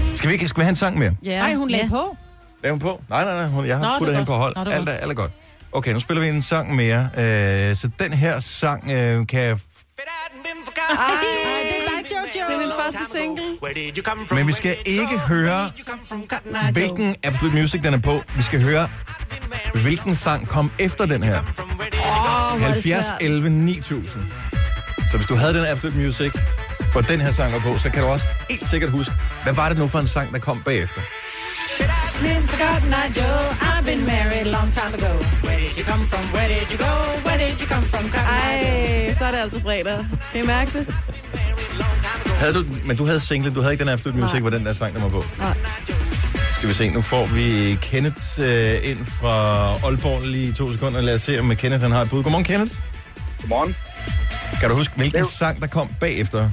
S2: måde.
S1: Skal vi, ikke, skal vi have en sang mere?
S3: Ja.
S2: Nej, hun lagde
S4: Ja.
S2: på.
S1: Er hun på? Nej, nej, nej. Hun, jeg
S2: Nå, det
S1: har
S2: er
S1: puttet hende på
S2: godt.
S1: hold.
S2: Nå, det er
S1: alt, er,
S2: godt.
S1: alt er godt. Okay, nu spiller vi en sang mere. Øh, så den her sang øh, kan jeg... f-
S2: Ej, det er dig, Jojo.
S3: Det er min første single.
S1: Men vi skal ikke høre, hvilken Absolute Music den er på. Vi skal høre, hvilken sang kom efter den her.
S3: Åh, hvor er det
S1: 70,
S3: svært.
S1: 11, 9000. Så hvis du havde den Absolute Music, hvor den her sang var på, så kan du også helt sikkert huske, hvad var det nu for en sang, der kom bagefter.
S2: Been forgotten, I do. I've been married a long time ago. Where did you come from? Where did you go? Where did you come from? Cotton Eye Joe?
S3: Ej, så er det altså fredag. Kan I mærke det?
S1: Havde du, men du havde singlen, du havde ikke den Absolute Music, hvor den der sang, der var på.
S3: Nej.
S1: Skal vi se, nu får vi Kenneth øh, ind fra Aalborg lige i to sekunder. Lad os se, om Kenneth han har et bud. Godmorgen, Kenneth.
S9: Godmorgen.
S1: Kan du huske, hvilken
S9: Jo.
S1: sang, der kom bagefter?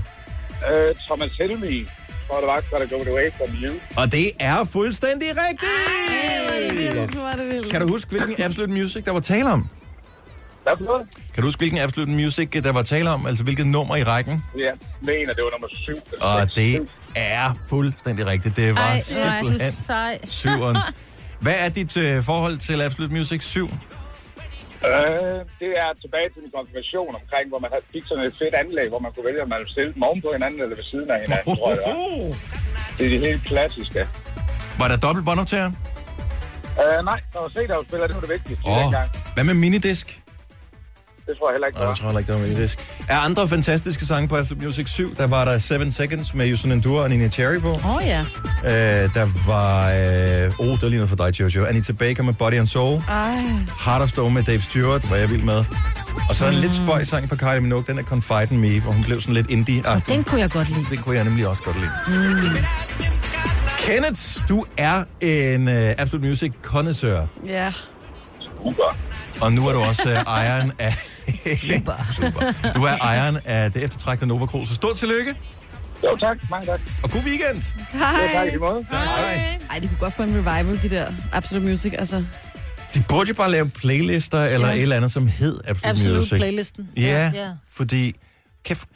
S9: Uh, Thomas Helmi, tror jeg, det var, gotta go away from you.
S1: Og det er fuldstændig rigtigt!
S3: Hvor var det vildt.
S1: Kan du huske, hvilken Absolute Music, der var tale om?
S9: Hvad for noget?
S1: Kan du huske, hvilken Absolute Music, der var tale om? Altså, hvilket nummer i rækken?
S9: Ja, mener, det var nummer syv.
S1: Og det er fuldstændig rigtigt. Det var
S4: Ej,
S1: Ej,
S4: hvor er det
S1: simpelthen
S4: sej.
S1: syveren. Hvad er dit øh, forhold til Absolute Music 7?
S9: Uh, det er tilbage til min konfirmation omkring, hvor man havde- fik sådan et fedt anlæg, hvor man kunne vælge, om man ville stille dem oven på hinanden eller ved siden af hinanden, tror jeg. det var.
S1: Ohoho!
S9: Det er de helt klassiske.
S1: Var der dobbelt båndoptager?
S9: Uh, nej, når man ser der spiller, det var det vigtigste oh.
S1: Åh,
S9: dengang.
S1: Hvad med minidisk?
S9: Det tror jeg heller ikke,
S1: Nej,
S9: det
S1: jeg
S9: var.
S1: tror heller ikke, det var minidisk. Er andre fantastiske sange på Absolute Music 7? Der var der 7 Seconds med Yusun Enduro og Nina Cherry på.
S2: Åh, oh, ja.
S1: Øh, der var... Øh, oh, det var lige noget for dig, Jojo. Anita Baker med Body and Soul.
S3: Ej,
S1: Heart of Stone med Dave Stewart, var jeg vild med. Og så en lidt
S4: Mm.
S1: spøjs sang fra Kylie Minogue, den er Confide in Me, hvor hun blev sådan lidt indie-agtig.
S4: Den kunne jeg godt lide.
S1: Det kunne jeg nemlig også godt lide. Mm. Kenneth, du er en uh, Absolute Music connoisseur,
S3: ja.
S9: Super.
S1: og nu er du også uh, ejeren af... Super. Super. Du er ejeren af det eftertragtede Nova Cruz, så stort tillykke.
S9: Jo, tak. Mange tak.
S1: Og god weekend.
S9: Ja, tak, i lige måde.
S3: Hej. Ej, de kunne godt få en revival, de der Absolute Music. Altså,
S1: De burde jo bare lave playlister eller et eller andet, som hed Absolute,
S2: Absolut
S1: Music.
S2: playlisten.
S1: Ja,
S2: ja.
S1: ja. fordi kæft,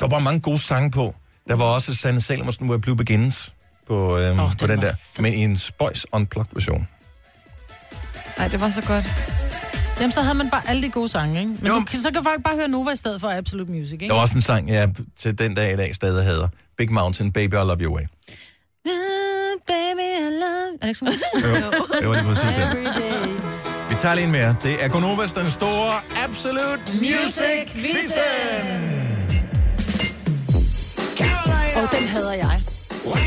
S1: der var mange gode sange på. Der var også Sanne Salomonsen, hvor Blue Begins på, øhm, oh, på den der, men i en spøjs unplugged version.
S3: ej, det var så godt.
S2: Jamen, så havde man bare alle de gode sange, ikke? Men nu, kan- så kan folk bare høre Nova i stedet for Absolute Music, ikke?
S1: Der var også en sang, jeg til den dag i dag stadig hader. Big Mountain, Baby, I Love Your Way.
S4: Baby, I love... Er det ikke sådan?
S1: Det var lige præcis det.
S4: Every day.
S1: Vi tager lige en mere. Det er Gonovas, den store Absolute Music-quizzen.
S2: Og den hader jeg. Åh,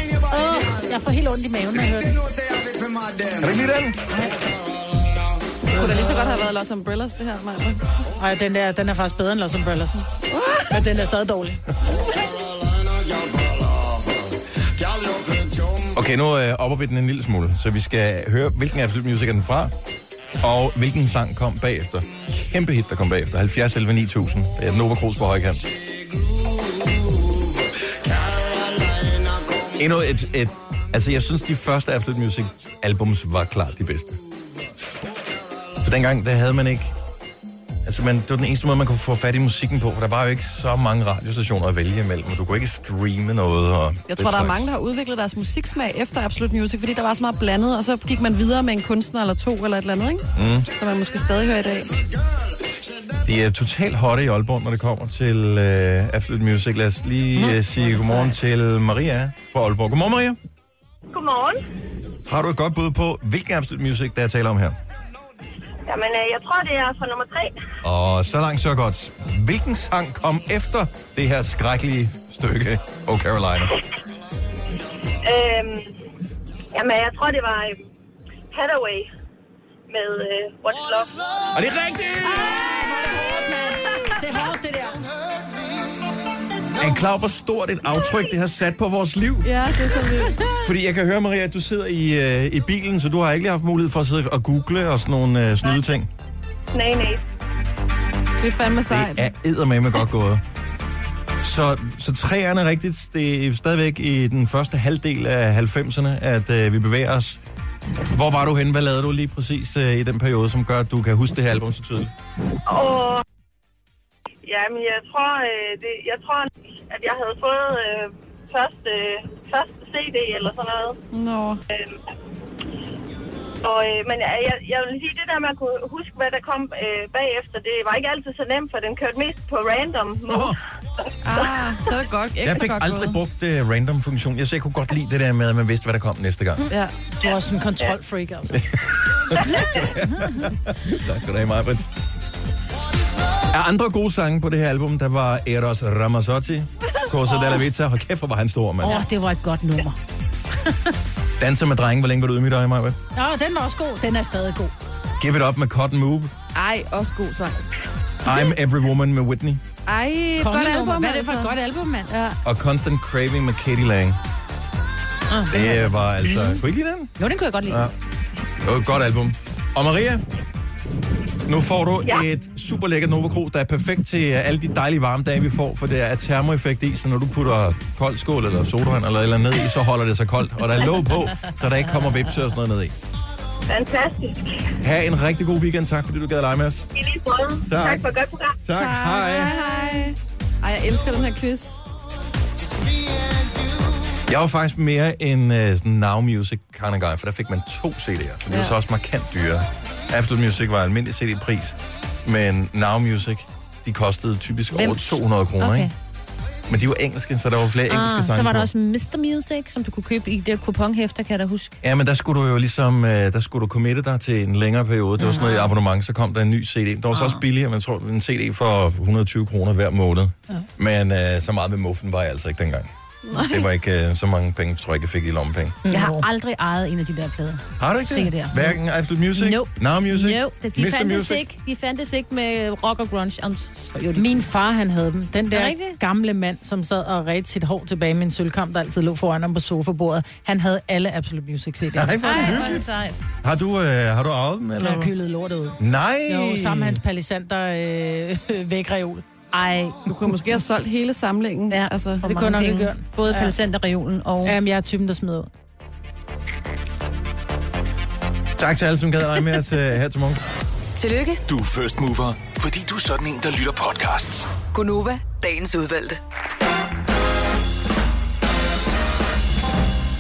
S2: jeg får helt ondt i maven, når jeg hører den.
S1: Kan du ikke lide den?
S3: Det kunne da lige så godt have været Los Umbrellas, det her, Maja.
S2: Ej, den der, den er faktisk bedre end Los Umbrellas. Men den er stadig dårlig.
S1: Okay, nu øh, opper vi den en lille smule, så vi skal høre, hvilken Absolute Music er den fra, og hvilken sang kom bagefter. Kæmpe hit, der kom bagefter. 70 11 9000. Det er Nova Cruz på højkant. Endnu et, et... Altså, jeg synes, de første Absolute Music albums var klart de bedste. For dengang, der havde man ikke... Altså, man, det var den eneste måde, man kunne få fat i musikken på, for der var jo ikke så mange radiostationer at vælge imellem, og du kunne ikke streame noget. Og
S3: Jeg
S1: den
S3: tror, der er
S1: slags.
S3: mange, der har udviklet deres musiksmag efter Absolute Music, fordi der var så meget blandet, og så gik man videre med en kunstner eller to eller et eller andet, ikke? Mm. Som man måske stadig hører i dag.
S1: De er totalt hotte i Aalborg, når det kommer til øh, Absolute Music. Lad os lige øh, sige godmorgen til Maria fra Aalborg. Godmorgen, Maria.
S7: Godmorgen.
S1: Har du et godt bud på, hvilken Absolute Music, der er tale om her?
S7: Jamen, øh, jeg tror, det er fra nummer tre.
S1: Og så langt, så godt. Hvilken sang kom efter det her skrækkelige stykke Oh Carolina?
S7: Øhm, jamen, jeg tror, det var øh, Hathaway med øh, What's Love.
S1: Og det er rigtigt!
S2: Det er hårdt, det der.
S1: Er I klar over, hvor stort et aftryk, det har sat på vores liv?
S3: Ja, det er så vildt.
S1: Fordi jeg kan høre, Maria, at du sidder i, øh, i bilen, så du har ikke haft mulighed for at sidde og google og sådan nogle øh, snyde ting.
S7: Nej, nej.
S3: Det er fandme sejt.
S1: Det er eddermame godt gået. Så, så træerne er rigtigt. Det er stadigvæk i den første halvdel af 90'erne, at øh, vi bevæger os. Hvor var du henne? Hvad lavede du lige præcis øh, i den periode, som gør, at du kan huske det her album så tydeligt?
S7: Og jamen, jeg tror, øh, det, jeg tror, at jeg havde fået øh, første, øh, første CD eller sådan noget.
S3: Nå.
S7: Øhm, og, øh, men jeg, jeg, jeg vil sige, det der med at kunne huske, hvad der kom øh, bagefter, det var ikke altid så nemt, for den kørte mest på random mode.
S3: Ah, så er det godt. Ekstra
S1: Jeg fik
S3: godt
S1: aldrig
S3: gået.
S1: brugt øh, random-funktion. Jeg, så jeg kunne godt lide det der med, at man vidste, hvad der kom næste gang.
S3: Ja.
S2: Du er også en kontrolfreak, altså.
S1: tak skal du have, Majbrit. Er andre gode sange på det her album? Der var Eros Ramazzotti, Corso della Vita. Hold kæft, hvor var han stor, mand.
S2: Åh, det var et godt nummer.
S1: Danser med drenge. Hvor længe var du ude i mit øje, Majbrit?
S2: Nå, den var også god. Den er stadig god.
S1: Give It Up med Cotton Move.
S3: Ej, også god sang.
S1: I'm Every Woman med Whitney.
S3: Ej, et godt
S2: Kongenummer.
S3: album,
S2: Hvad er det for et
S3: altså.
S2: godt album, mand?
S3: Ja.
S1: Og Constant Craving med Katie Lang.
S2: Ah.
S1: Det var altså... Kunne I ikke lide den?
S4: Jo, den kunne jeg godt lide.
S1: Ja. Det var et godt album. Og Maria, nu får du ja.
S7: Ja.
S1: et super lækkert Nova Cruz, der er perfekt til øh, alle de dejlige varme dage, vi får, for der er termoeffekt i, så når du putter kold skål eller sodavand eller et eller andet ned i, så holder det sig koldt, og der er låg på, så der ikke kommer vipse og sådan noget ned i.
S7: Fantastisk.
S1: Ha' en rigtig god weekend. Tak, fordi du gad at lege med os.
S7: I lige måde.
S1: Tak.
S7: Tak. tak for et godt program.
S1: Tak. tak. Hej.
S3: hej. Ej, jeg elsker den her quiz.
S1: Jeg var faktisk mere en uh, sådan Now Music kind of guy, for der fik man to CD'er. Så Det var
S3: Ja.
S1: så også markant dyrere. After Music var almindelig CD-pris, men Now Music, de kostede typisk Hvem? over 200 kroner, okay.
S4: Okay.
S1: ikke? Men de var engelske, så der var flere ah, engelske
S4: Ah,
S1: sange
S4: så var
S1: på.
S4: der også Mr. Music, som du kunne købe i det kuponhæfter, kan jeg da huske.
S1: Ja, men der skulle du jo ligesom, øh, der skulle du committe dig til en længere periode. Det var sådan noget i abonnement, så kom der en ny CD. Der var så også billigere, men jeg tror, en CD for 120 kroner hver måned. Men øh, så meget med muffen var jeg altså ikke dengang. Nej. Det var ikke øh, så mange penge, tror jeg ikke, jeg fik i lommepenge.
S2: Mm.
S4: Jeg har aldrig ejet en af de der plader.
S1: Har du ikke det?
S4: Sikkert, ja.
S1: Hverken Absolute Music,
S4: No.
S1: Now Music,
S4: Jo, de
S1: Mr.
S4: fandtes,
S1: Music.
S4: ikke, de fandtes ikke med rock og grunge. Om, så, jo, de
S2: Min far, han havde dem. Den
S4: Er det
S2: der
S4: rigtigt?
S2: gamle mand, som sad og redte sit hår tilbage med en sølvkamp, der altid lå foran ham på sofabordet. Han havde alle Absolute Music CD'er.
S1: Nej, hvor er det hyggeligt. Har du, øh, har du arvet dem, eller?
S2: Han kølede lortet ud.
S1: Nej.
S2: Jo, sammen med hans palisander øh, vægreol.
S4: Ej.
S3: Du kunne måske have solgt hele samlingen. Ja, altså,
S4: for
S2: Det
S4: mange
S2: kunne nok ikke
S4: penge.
S2: gøre.
S4: Både
S2: Ja.
S4: ja. Pelicenterregionen og...
S2: Jamen, jeg er typen, der smider ud.
S1: Tak til alle, som gad at lege med os øh, her til morgen.
S5: Tillykke,
S6: Du er first mover, fordi du er sådan en, der lytter podcasts.
S5: Gunova, dagens udvalgte.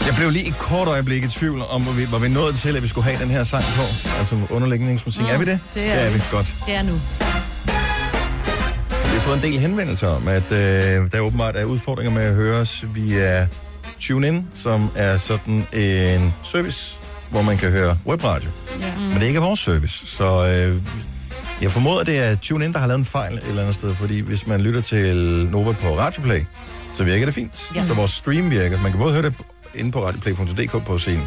S1: Jeg blev lige et kort øjeblik i tvivl om, hvor vi var vi nået til, at vi skulle have den her sang på. Altså underlægningsmusik. Mm, er vi det?
S4: det er
S1: det er
S4: vi.
S1: vi. Godt.
S4: Det er nu.
S1: Vi har fået en del henvendelser om, at øh, der åbenbart er udfordringer med at høre os via TuneIn, som er sådan en service, hvor man kan høre webradio.
S4: Ja.
S1: Men det er ikke vores service, så øh, jeg formoder, det er TuneIn, der har lavet en fejl et eller andet sted, fordi hvis man lytter til Nova på Radioplay, så virker det fint.
S4: Ja.
S1: Så vores stream virker. Man kan både høre det inde på radioplay.dk på sin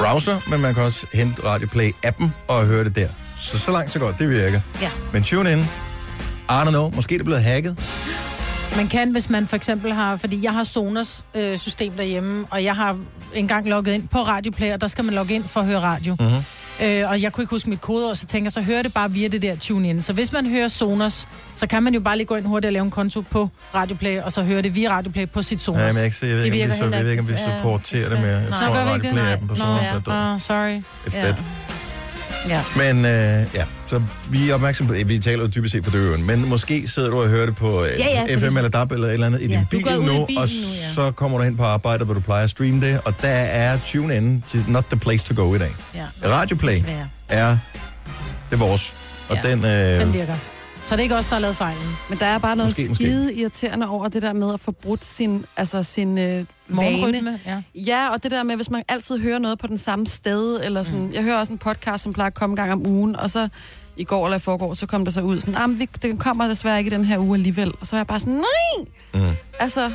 S1: browser, men man kan også hente Radioplay-appen og høre det der. Så så langt, så godt. Det virker.
S4: Ja.
S1: Men TuneIn, I don't know, måske er det blevet hacket.
S2: Man kan, hvis man for eksempel har... Fordi jeg har Sonos øh, system derhjemme, og jeg har engang logget ind på Radioplay, og der skal man logge ind for at høre radio.
S1: Mhm.
S2: Mm-hmm. Øh, og jeg kunne ikke huske mit kodeord, så tænker jeg, så hører det bare via det der tune-in. Så hvis man hører Sonos, så kan man jo bare lige gå ind hurtigt og lave en konto på Radioplay, og så høre det via Radioplay på sit Sonos.
S1: Ja, men jeg, kan ikke se, jeg ved
S4: Det
S1: ikke, om
S4: virker
S1: vi, så,
S4: heller
S1: jeg ved ikke, om vi
S4: ikke, ja,
S1: supporterer det mere.
S4: desværre.
S1: Jeg
S4: Nej.
S1: tror,
S4: Nå,
S1: at
S4: gør vi ikke det?
S1: Radioplay-appen på
S4: Nej.
S2: Nå,
S1: Sonos
S2: ja.
S1: er død.
S2: Åh, sorry.
S1: Et sted.
S4: Ja.
S1: Men øh, ja, så vi er opmærksomme på, vi taler jo dybest set på døven, men måske sidder du og hører det på øh,
S4: Ja, ja,
S1: FM
S4: fordi-
S1: eller DAB eller et eller andet i
S4: Ja,
S1: din
S4: du
S1: bil
S4: går ud i
S1: nu,
S4: bilen nu,
S1: og
S4: ja.
S1: så kommer du hen på arbejde, hvor du plejer at streame det, og der er TuneIn not the place to go i dag.
S4: ja.
S1: Radioplay
S4: Desværre.
S1: er det er vores, og
S4: Ja,
S1: den, øh,
S2: Den virker. Så det er ikke os, der har lavet fejlen.
S3: Men der er bare noget
S1: Måske,
S3: måske,
S1: måske.
S3: skide irriterende over det der med at få brudt sin, altså sin øh, vane.
S2: Morgenrytme, ja.
S3: Ja, og det der med, hvis man altid hører noget på den samme sted, eller sådan, mm. jeg hører også en podcast, som plejer at komme en gang om ugen, og så i går eller i forgår, så kom der så ud sådan, ah, men vi, den kommer desværre ikke i den her uge alligevel. Og så er jeg bare sådan, nej!
S1: Mm.
S3: Altså, det er
S1: om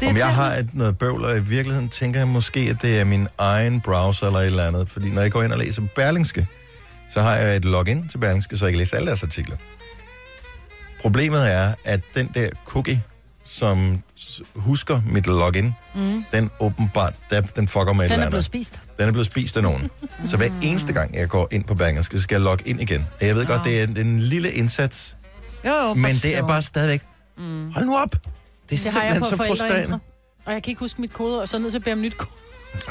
S1: jeg
S3: irriterende.
S1: har et, noget bøvl, og i virkeligheden tænker jeg måske, at det er min egen browser eller et eller andet, fordi når jeg går ind og læser Berlingske, så har jeg et login til Berlingske, så jeg kan læse alle deres artikler. Problemet er, at den der cookie, som s- husker mit login, mm. den åbenbart, der, den fucker med et eller
S2: Den er blevet
S1: andet.
S2: spist.
S1: Den er blevet spist af nogen. Så hver eneste gang, jeg går ind på Berlingske, så skal jeg logge ind igen. Og jeg ved godt, det er en, en lille indsats,
S4: Jo, jo,
S1: men det er
S4: forstår.
S1: bare stadigvæk, hold nu op! Det er
S2: Det har jeg
S1: simpelthen
S2: på
S1: så frustrerende.
S2: forældreintra. Og jeg kan ikke huske mit kode, og så er jeg nødt til at bede om nyt kode.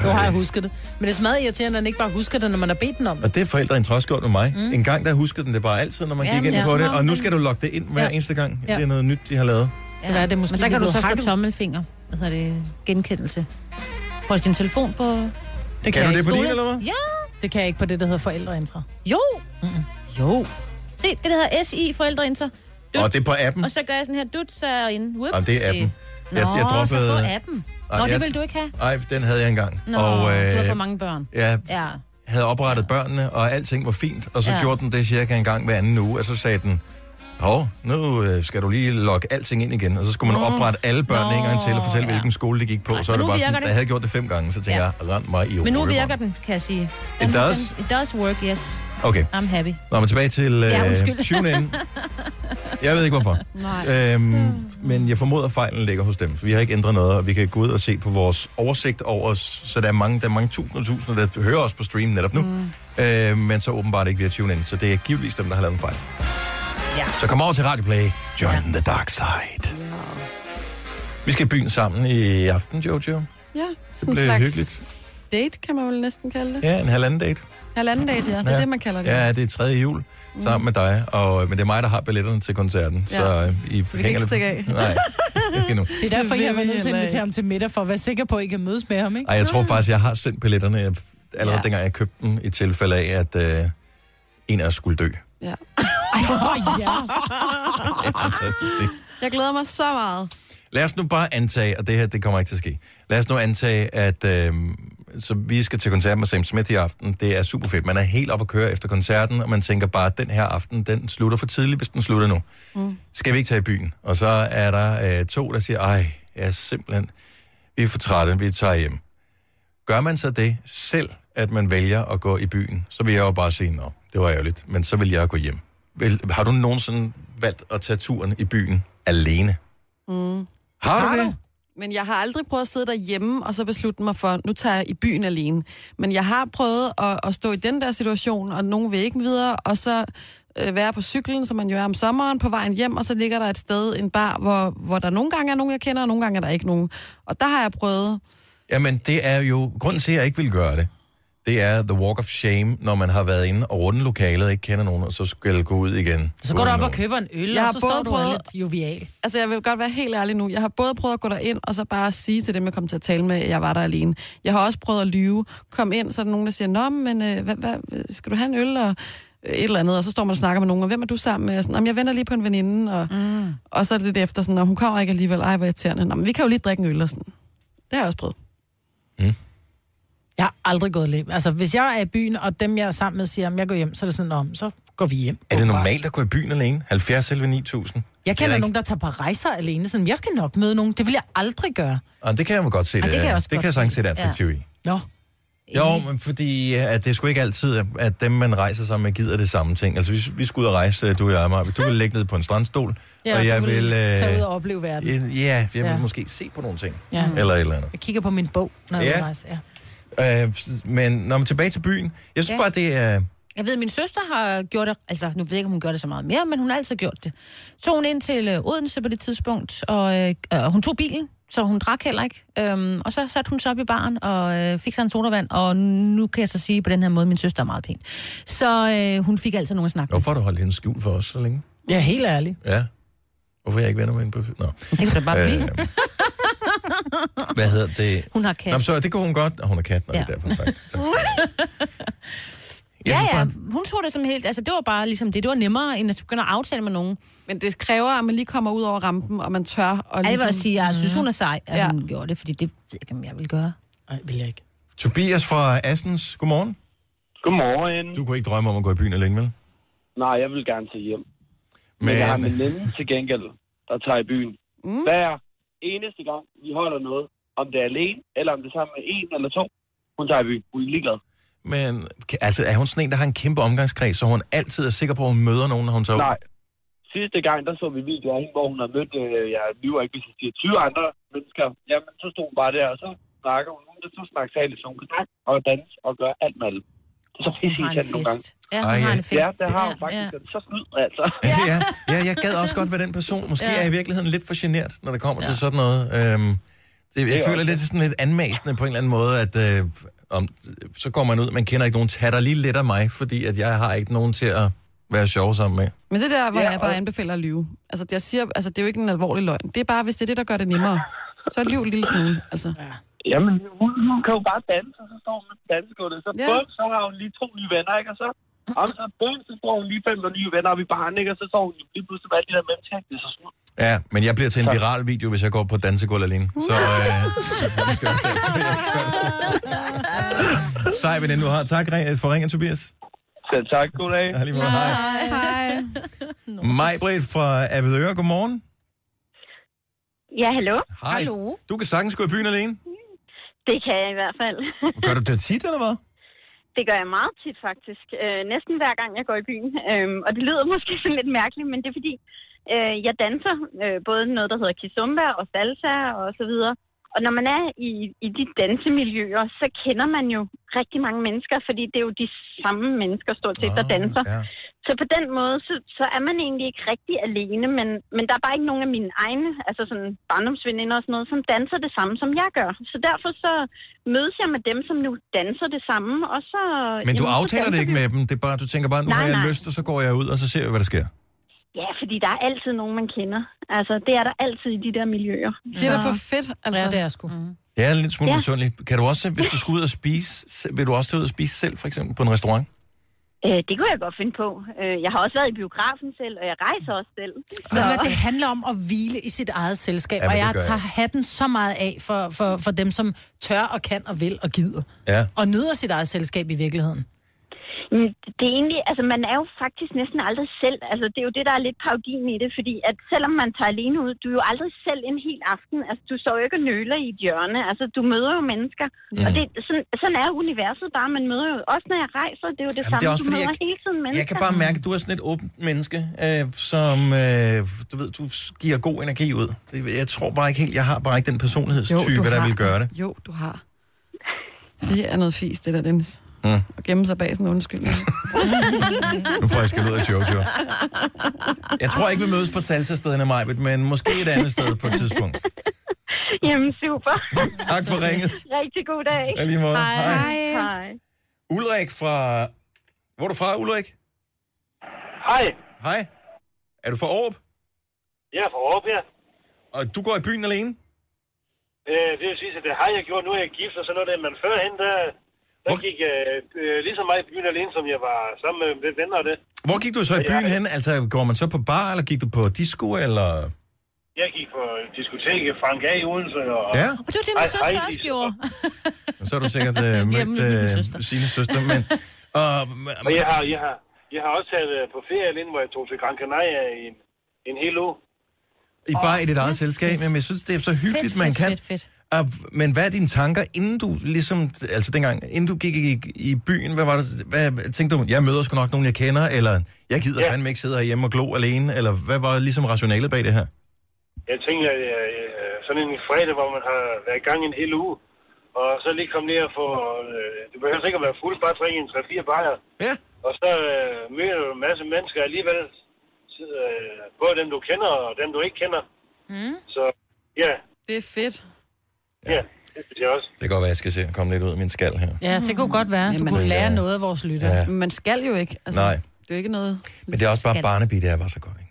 S2: Nu har jeg husket det. Men det er smadret irriterende, at den ikke bare husker det, når man har bedt den om det.
S1: Og det er forældrene trods gjort med mig. Mm. En gang der huskede den det bare altid, når man
S4: Ja,
S1: gik
S4: men
S1: ind
S4: ja.
S1: på det.
S4: Nå,
S1: Og nu
S4: men-
S1: skal du logge det ind hver
S2: Ja.
S1: eneste gang.
S2: Ja.
S1: Det er noget nyt, de har lavet.
S2: Det er det måske
S4: Men der kan du
S2: lige
S4: så
S2: blevet
S4: få
S2: hacket.
S4: tommelfinger. Hvad hedder det? Genkendelse. På din telefon på...
S2: Det
S1: Kan
S2: jeg
S1: du det
S2: ikke.
S1: på din,
S4: Skole?
S1: eller hvad?
S4: Ja,
S2: Det kan jeg ikke på det, der hedder forældreintra.
S4: jo. Jo. Se, det der hedder SI forældreinter.
S1: Og det er på appen.
S4: Og så gør jeg sådan her dut, så er jeg inde. Whoop,
S1: Jamen, det er
S4: se.
S1: appen.
S4: Nå,
S1: Jeg- jeg droppede-
S4: så få appen. Nå,
S1: Ej,
S4: det
S1: jeg-
S4: vil du ikke have.
S1: Ej, den havde jeg engang.
S4: Nå,
S1: og
S4: du har for
S1: øh,
S4: mange børn.
S1: jeg
S4: Ja.
S1: havde oprettet børnene, og alting var fint. Og så
S4: Ja.
S1: gjorde den det cirka en gang hver anden uge. Og så sagde den, hov, nu øh, skal du lige logge alting ind igen. Og så skulle man oprette alle børnene
S4: Nå,
S1: en gang til og fortælle,
S4: ja.
S1: hvilken skole de gik på.
S4: Nej,
S1: så er
S4: men
S1: det
S4: nu
S1: bare
S4: virker
S1: sådan,
S4: det.
S1: jeg havde gjort det fem gange, så tænkte
S4: Ja.
S1: jeg, rend mig i
S4: Men nu
S1: røven."
S4: virker den, kan jeg sige. Den-
S1: does.
S4: den- It does work, yes.
S1: Okay.
S4: I'm happy.
S1: Nå, men tilbage til
S4: Ja,
S1: øh,
S4: undskyld.
S1: TuneIn. Jeg ved ikke hvorfor.
S3: Nej.
S1: Øhm, men jeg formoder, at fejlen ligger hos dem, for vi har ikke ændret noget, og vi kan gå ud og se på vores oversigt over os, så der er mange, der er mange tusinder og tusinder, der hører os på stream netop nu, mm. øh, men så åbenbart ikke via TuneIn, så det er givetvis dem, der har lavet en fejl.
S4: Ja.
S1: Så kom over til Radioplay. Join the dark side. Vi skal i byen sammen i aften, Jojo.
S3: Ja,
S1: Det
S3: sådan en
S1: bliver
S3: slags
S1: hyggeligt.
S3: date, kan man vel næsten kalde det.
S1: Ja, en halvanden date.
S3: Halvanden date, ja. Det er det, man kalder det. Mm.
S1: Ja, det er tredje jul sammen med dig, og, men det er mig, der har billetterne til koncerten, ja.
S3: Ja.
S1: så øh, I
S3: kan ikke stikke af.
S1: Nej, ikke endnu.
S2: Det er derfor,
S3: Det
S2: jeg var
S3: vil vi
S2: nødt til at
S3: heller
S2: invitere ham til middag, for at være sikker på, at I kan mødes med ham, ikke?
S1: Ej, jeg tror faktisk, jeg har sendt billetterne jeg- allerede ja.
S3: Ja.
S1: dengang, jeg købte dem, i tilfælde af, at øh, en af os skulle dø.
S3: Ja.
S2: Åh, ja.
S3: Jeg glæder mig så meget.
S1: Lad os nu bare antage, og det her, det kommer ikke til at ske. Lad os nu antage, at øh, så vi skal til koncert med Sam Smith i aften. Det er super fedt. Man er helt op at køre efter koncerten, og man tænker bare, at den her aften, den slutter for tidligt, hvis den slutter nu. Mm. Skal vi ikke tage i byen? Og så er der øh, to, der siger, ej, jeg er simpelthen, vi er for trætte, vi tager hjem. Gør man så det selv, at man vælger at gå i byen, så vil jeg jo bare sige, nå, det var ærgerligt, men så vil jeg gå hjem. Vil, har du nogensinde valgt at tage turen i byen alene? Mm. Har, du det?
S3: Men jeg har aldrig prøvet at sidde derhjemme og så beslutte mig for, nu tager jeg i byen alene. Men jeg har prøvet at, at stå i den der situation, og nogen vil ikke videre, og så øh, være på cyklen, som man jo er om sommeren, på vejen hjem, og så ligger der et sted, en bar, hvor, hvor der nogle gange er nogen, jeg kender, og nogle gange er der ikke nogen. Og der har jeg prøvet...
S1: Jamen, det er jo... Grunden til, at jeg ikke vil gøre det, det er the walk of shame, når man har været inde og runde lokalet og ikke kender nogen, og så skal gå ud igen.
S2: Så går du op
S1: Uden
S2: og køber en øl,
S3: Jeg
S2: og
S3: har
S2: så
S3: både
S2: står du og er
S3: prøvet-
S2: lidt jovial.
S3: Altså, jeg vil godt være helt ærlig nu. Jeg har både prøvet at gå derind, og så bare sige til dem, jeg kom til at tale med, at jeg var der alene. Jeg har også prøvet at lyve. Kom ind, så er der nogen, der siger, Nå, men øh, hvad, hvad, skal du have en øl? Og øh, et eller andet, og så står man og snakker med nogen, og hvem er du sammen med? Og sådan, "Jamen, jeg venter lige på en veninde, og, mm. og så lidt efter sådan, og hun kommer ikke alligevel, ej, hvor irriterende. Nå, men vi kan jo lige drikke en øl, og sådan. Det har jeg også prøvet.
S2: Jeg har aldrig gået hjem. Altså, hvis jeg er i byen, og dem, jeg er sammen med, siger, at jeg går hjem, så er det sådan, om, så går vi hjem.
S1: Er det normalt at gå i byen alene? 70 selv 9000?
S2: Jeg
S1: Det er
S2: kender
S1: ikke-
S2: nogen, der tager på rejser alene. Sådan, jeg skal nok møde nogen. Det vil jeg aldrig gøre.
S1: Og Ah, det kan jeg jo godt se,
S2: Og Ah, det kan
S1: er-
S2: jeg også
S1: det
S2: godt
S1: kan jeg sagtens
S2: se.
S1: se, det er attraktivt ja. i.
S2: Nå.
S1: Jo, men fordi at det er sgu ikke altid, at dem, man rejser sammen med, gider det samme ting. Altså, hvis vi skulle ud og rejse, du og jeg, Maja, du vil lægge ned på en strandstol,
S2: Ja,
S1: og jeg
S2: du vil
S1: vil...
S2: tage ud og opleve verden.
S1: øh, Ja, jeg vil
S2: Ja.
S1: måske se på nogle ting,
S2: Ja.
S1: eller et eller andet.
S2: Jeg kigger på min bog, når jeg
S1: Ja.
S2: er ude at rejse. Ja.
S1: Øh, s- men når man er tilbage til byen, jeg synes
S4: Ja.
S1: bare, det er...
S4: Jeg ved, min søster har gjort det, altså nu ved jeg ikke, om hun gør det så meget mere, men hun har altid gjort det. Så hun ind til øh, Odense på det tidspunkt, og øh, øh, hun tog bilen, så hun drak heller ikke. Øhm, og så satte hun sig op i baren og øh, fik sig en sodavand, og nu kan jeg så sige på den her måde, min søster er meget pæn. Så øh, hun fik altid nogen at snakke med.
S1: Hvorfor har du holdt hende skjult for os så længe?
S2: Jeg er helt ærlig.
S1: Ja. Hvorfor er jeg ikke venner med hende på... Nå.
S4: Det kan du
S1: Øh,
S4: da bare blive.
S1: Hvad hedder det?
S4: Hun har kat.
S1: Nå, men så det kunne hun godt. Og hun er kat, når ja. det er derfor. Tak. Tak. Jeg
S4: Ja,
S1: synes
S4: ja,
S1: bare-
S4: hun tog det som helt, altså det var bare ligesom det, det var nemmere, end at begynde at aftale med nogen.
S3: Men det kræver, at man lige kommer ud over rampen, og man tør. Og
S4: Og ligesom... Jeg vil
S3: ligesom...
S4: også sige, jeg synes, hun er sej, Altså, at
S3: Ja.
S4: ja. hun gjorde det, fordi det ved jeg ikke, om jeg vil gøre.
S2: Nej, vil jeg ikke.
S1: Tobias fra Assens, godmorgen.
S10: Godmorgen.
S1: Du kunne ikke drømme om at gå i byen alene, vel?
S10: Nej, jeg vil gerne tage hjem. Men,
S1: Men-
S10: Men jeg har en veninde til gengæld, der tager i byen. Mm. Hver eneste gang, vi holder noget, om det er alene, eller om det er sammen med en eller to, hun tager i byen. Hun er ligeglad.
S1: Men kan- altså, er hun sådan en, der har en kæmpe omgangskreds, så hun altid er sikker på, at hun møder nogen, når hun tager ud?
S10: Nej. Sidste gang, der så vi videoer af hende, hvor hun har mødt, øh, jeg lyver ikke, hvis jeg siger 20 andre mennesker. Jamen, så stod hun bare der, og så snakker hun. Hun er så snakker særligt, så hun kan snakke og danse og gøre alt med alle. Det er så pisse
S4: Hun har en
S10: irriterende nogle gange.
S4: fest. Ja, hun
S1: Ej,
S4: har
S1: ja.
S4: en fest.
S10: Ja, det har hun
S4: Ja,
S10: faktisk.
S4: ja.
S10: Den er Så snyd, altså.
S1: Ja. ja. ja, jeg gad også godt være den person. Måske ja.
S4: Ja.
S1: er jeg i virkeligheden lidt for genert, når det kommer ja. til sådan noget. Øhm, det, jeg
S10: er
S1: føler
S10: også
S1: lidt sådan lidt anmasende på en eller anden måde, at øh, om, så går man ud, man kender ikke nogen, tager dig lige lidt af mig, fordi at jeg har ikke nogen til at være sjov sammen med.
S3: Men det der, hvor
S10: Ja,
S3: ja, jeg bare
S10: og-
S3: anbefaler at lyve. Altså det, jeg siger, altså, det er jo ikke en alvorlig løgn. Det er bare, hvis det er det, der gør det nemmere. Så lyv en lille smule, altså.
S10: Jamen, hun, hun kan jo bare danse, og så står hun med dansegulvet, så
S3: Ja.
S10: ja. bum, så har hun lige to nye venner, ikke? Og så, om så bum, så står hun lige fem nye venner op i baren, ikke? Og så står hun lige pludselig med alle de der mennesker, ikke? Det er så sådan.
S1: Ja, men jeg bliver til en viral video, hvis jeg går på dansegulv alene. Så, øh, så måske også derfor, jeg gør det. Sej veninde, du har. Tak re- for ringen, Tobias.
S10: Selv tak, goddag.
S1: Ja, lige måde. Hej.
S3: Hej. Hej.
S1: Majbrit fra Avedøre, godmorgen.
S11: Ja, hallo.
S1: Hej.
S4: Hallo.
S1: Du kan sagtens gå i byen alene.
S11: Det kan jeg i hvert fald.
S1: Gør du det tit, eller hvad?
S11: Det gør jeg meget tit, faktisk. Øh, næsten hver gang, jeg går i byen. Øhm, og det lyder måske sådan lidt mærkeligt, men det er fordi, øh, jeg danser øh, både noget, der hedder kizumba og salsa og så videre. Og når man er i, i de dansemiljøer, så kender man jo rigtig mange mennesker, fordi det er jo de samme mennesker stort set, der danser.
S1: Ah, Ja.
S11: Så på den måde, så, så er man egentlig ikke rigtig alene, men, men der er bare ikke nogen af mine egne, altså sådan barndomsveninder og sådan noget, som danser det samme, som jeg gør. Så derfor så mødes jeg med dem, som nu danser det samme, og så...
S1: Men du
S11: jamen, så
S1: aftaler det
S11: danser
S1: ikke
S11: vi.
S1: med dem. Det er bare, du tænker bare, nu
S11: Nej,
S1: har jeg
S11: nej.
S1: lyst, og så går jeg ud, og så ser vi, hvad der sker.
S11: Ja, fordi der er altid nogen, man kender. Altså, det er der altid i de der miljøer.
S3: Det er da for fedt, altså.
S2: Ja, det er jeg sgu. Mm.
S1: Jeg er lidt smule
S11: Ja.
S1: misundelig. Kan du også, hvis du skal ud og spise, se- vil du også tage ud og spise selv, for eksempel på en restaurant?
S11: Øh, det kunne jeg godt finde på. Øh, jeg har også været i biografen selv, og jeg rejser også selv.
S2: Men hvad, det handler om at hvile i sit eget selskab,
S1: Ja,
S2: ja,
S1: men
S2: og
S1: det
S2: jeg
S1: gør jeg.
S2: tager hatten så meget af for, for, for dem, som tør og kan og vil og gider.
S1: Ja.
S2: Og nyder sit eget selskab i virkeligheden.
S11: Mm, Det er egentlig, altså man er jo faktisk næsten aldrig selv, altså det er jo det, der er lidt parodien i det, fordi at selvom man tager alene ud, du er jo aldrig selv en hel aften, altså du står jo ikke og nøler i et hjørne, altså du møder jo mennesker, og det, sådan, sådan er universet bare, man møder jo, også når jeg rejser, det er jo det
S1: Jamen,
S11: samme,
S1: det er også
S11: du
S1: fordi,
S11: møder
S1: jeg-
S11: hele tiden mennesker.
S1: Jeg kan bare mærke, at du er sådan et åbent menneske, øh, som øh, du ved, du giver god energi ud. Det, jeg tror bare ikke helt, jeg har bare ikke den personlighedstype, der vil gøre det.
S3: Jo, du har. Det er noget fis, det der, Dennis.
S1: Mm.
S3: og gemme sig bag sådan en undskyldning.
S1: Nu får jeg skal ud af Jojo. Jeg tror ikke, vi mødes på salsa-stederne, Majbet, men måske et andet sted på et tidspunkt.
S11: Jamen, super.
S1: Tak for ringet.
S11: Rigtig god dag.
S1: Ja, lige måde. Hej. Hej.
S11: Hej.
S1: Ulrik fra... Hvor er du fra, Ulrik?
S12: Hej.
S1: Hej. Er du fra Aarup?
S12: Jeg er fra Aarup her.
S1: Og du går i byen alene?
S12: Øh, det vil sige, at det har jeg gjort. Nu er jeg gift og sådan noget der. Men førhen, der, der gik jeg øh, lige så meget i byen alene, som jeg var sammen med lidt venner og det.
S1: Hvor gik du så i byen hen? Altså, går man så på bar, eller gik du på disco, eller...
S12: Jeg gik på diskoteket Frank A. i Odense. Og,
S1: Ja.
S4: Og det var det, min
S12: Hej,
S4: søster
S12: hej,
S4: også gjorde.
S1: Så har du sikkert øh, mødt
S12: min lille
S1: øh, sine søster, men... Og,
S12: Og jeg har, jeg har, jeg har også taget øh, på ferie alene, hvor jeg tog til Gran Canaria i en, en hel uge.
S1: I bare i dit eget selskab, men jeg synes, det er så hyggeligt,
S12: Fedt,
S1: man
S12: fedt,
S1: kan.
S12: fedt, fedt.
S1: Og, men hvad er dine tanker, inden du ligesom, altså dengang, inden du gik i, i byen, hvad var det, hvad, tænkte du, jeg møder sgu nok nogen, jeg kender, eller jeg gider ja. fandme ikke sidde herhjemme og glo alene, eller hvad var ligesom rationalet bag det her?
S12: Jeg tænker, at øh, øh, sådan en fredag, hvor man har været i gang en hel uge, og så lige komme ned og få... Øh, du behøver ikke at være fuld, bare drikke en 3-4 bajer.
S1: Ja.
S12: Og så øh, møder du en masse mennesker alligevel. Så, øh, både dem, du kender, og dem, du ikke kender.
S3: Mm.
S12: Så ja,
S3: Det er fedt.
S12: ja, det synes jeg også.
S1: Det kan godt være, jeg skal se, komme lidt ud af min skal her.
S2: Ja, det kunne godt være. Du
S1: Jamen,
S2: kunne
S3: altså-
S1: det
S2: lære
S1: er-
S2: noget af vores lytter.
S1: Ja.
S2: Ja.
S1: Men
S2: man skal jo ikke.
S1: Altså, Nej.
S3: Det er jo ikke noget... Ah!
S1: Men det er også bare Barnaby, det er bare så godt, ikke?